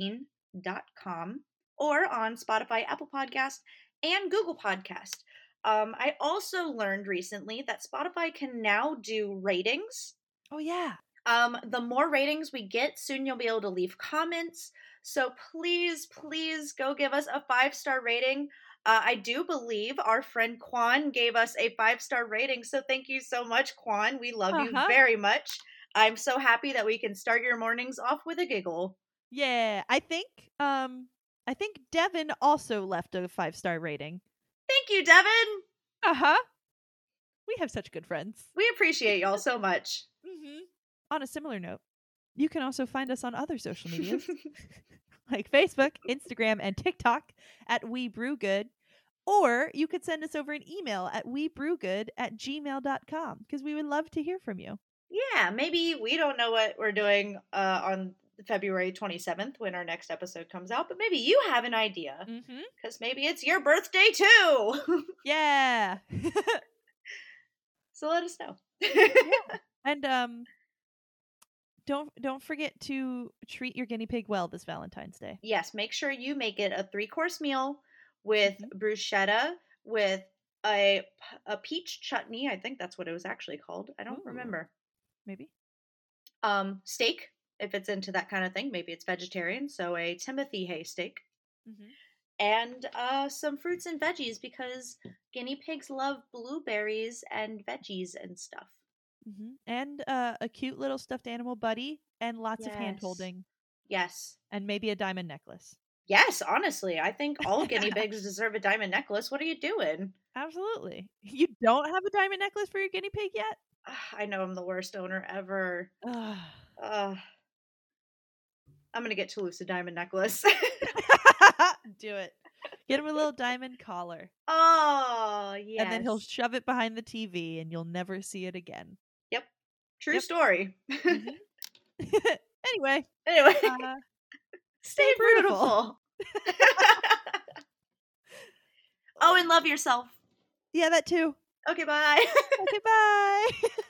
[SPEAKER 2] webrewgood.podbean.com or on Spotify, Apple Podcast, and Google Podcast. Um, I also learned recently that Spotify can now do ratings.
[SPEAKER 1] oh yeah.
[SPEAKER 2] Um, the more ratings we get, soon you'll be able to leave comments. So please, please go give us a five star rating. Uh, I do believe our friend Kwan gave us a five star rating. So thank you so much, Kwan. We love
[SPEAKER 1] Uh-huh.
[SPEAKER 2] you very much. I'm so happy that we can start your mornings off with a giggle.
[SPEAKER 1] Yeah. I think um I think Devin also left a five star rating.
[SPEAKER 2] Thank you, Devin.
[SPEAKER 1] Uh-huh. We have such good friends.
[SPEAKER 2] We appreciate y'all so much.
[SPEAKER 1] Mm-hmm. On a similar note, you can also find us on other social medias like Facebook, Instagram, and TikTok at We Brew Good. Or you could send us over an email at webrewgood at gmail.com because we would love to hear from you.
[SPEAKER 2] yeah, maybe we don't know what we're doing uh, on February 27th when our next episode comes out, but maybe you have an idea.
[SPEAKER 1] Mm-hmm.
[SPEAKER 2] because maybe it's your birthday too.
[SPEAKER 1] Yeah.
[SPEAKER 2] so let us know.
[SPEAKER 1] and um don't don't forget to treat your guinea pig well this Valentine's Day.
[SPEAKER 2] yes, make sure you make it a three course meal with bruschetta, with a, p- a peach chutney. I think that's what it was actually called. I don't
[SPEAKER 1] Ooh.
[SPEAKER 2] remember.
[SPEAKER 1] Maybe.
[SPEAKER 2] Um, steak, if it's into that kind of thing. Maybe it's vegetarian. So a Timothy hay steak.
[SPEAKER 1] Mm-hmm.
[SPEAKER 2] And uh, some fruits and veggies because guinea pigs love blueberries and veggies and stuff.
[SPEAKER 1] Mm-hmm. And uh, a cute little stuffed animal buddy and lots of hand
[SPEAKER 2] Yes.
[SPEAKER 1] holding
[SPEAKER 2] Yes,
[SPEAKER 1] and maybe a diamond necklace.
[SPEAKER 2] Yes, honestly, I think all guinea pigs deserve a diamond necklace. What are you doing?
[SPEAKER 1] Absolutely. You don't have a diamond necklace for your guinea pig yet?
[SPEAKER 2] Ugh, I know I'm the worst owner ever.
[SPEAKER 1] Ugh.
[SPEAKER 2] Ugh. I'm gonna get Toulouse a diamond necklace.
[SPEAKER 1] Do it. Get him a little diamond collar.
[SPEAKER 2] oh yes.
[SPEAKER 1] And then he'll shove it behind the TV and you'll never see it again.
[SPEAKER 2] True
[SPEAKER 1] yep.
[SPEAKER 2] story.
[SPEAKER 1] Mhm. anyway,
[SPEAKER 2] anyway,
[SPEAKER 1] uh,
[SPEAKER 2] stay
[SPEAKER 1] brutal.
[SPEAKER 2] beautiful. oh, and love yourself.
[SPEAKER 1] yeah, that too.
[SPEAKER 2] Okay, bye.
[SPEAKER 1] Okay, bye.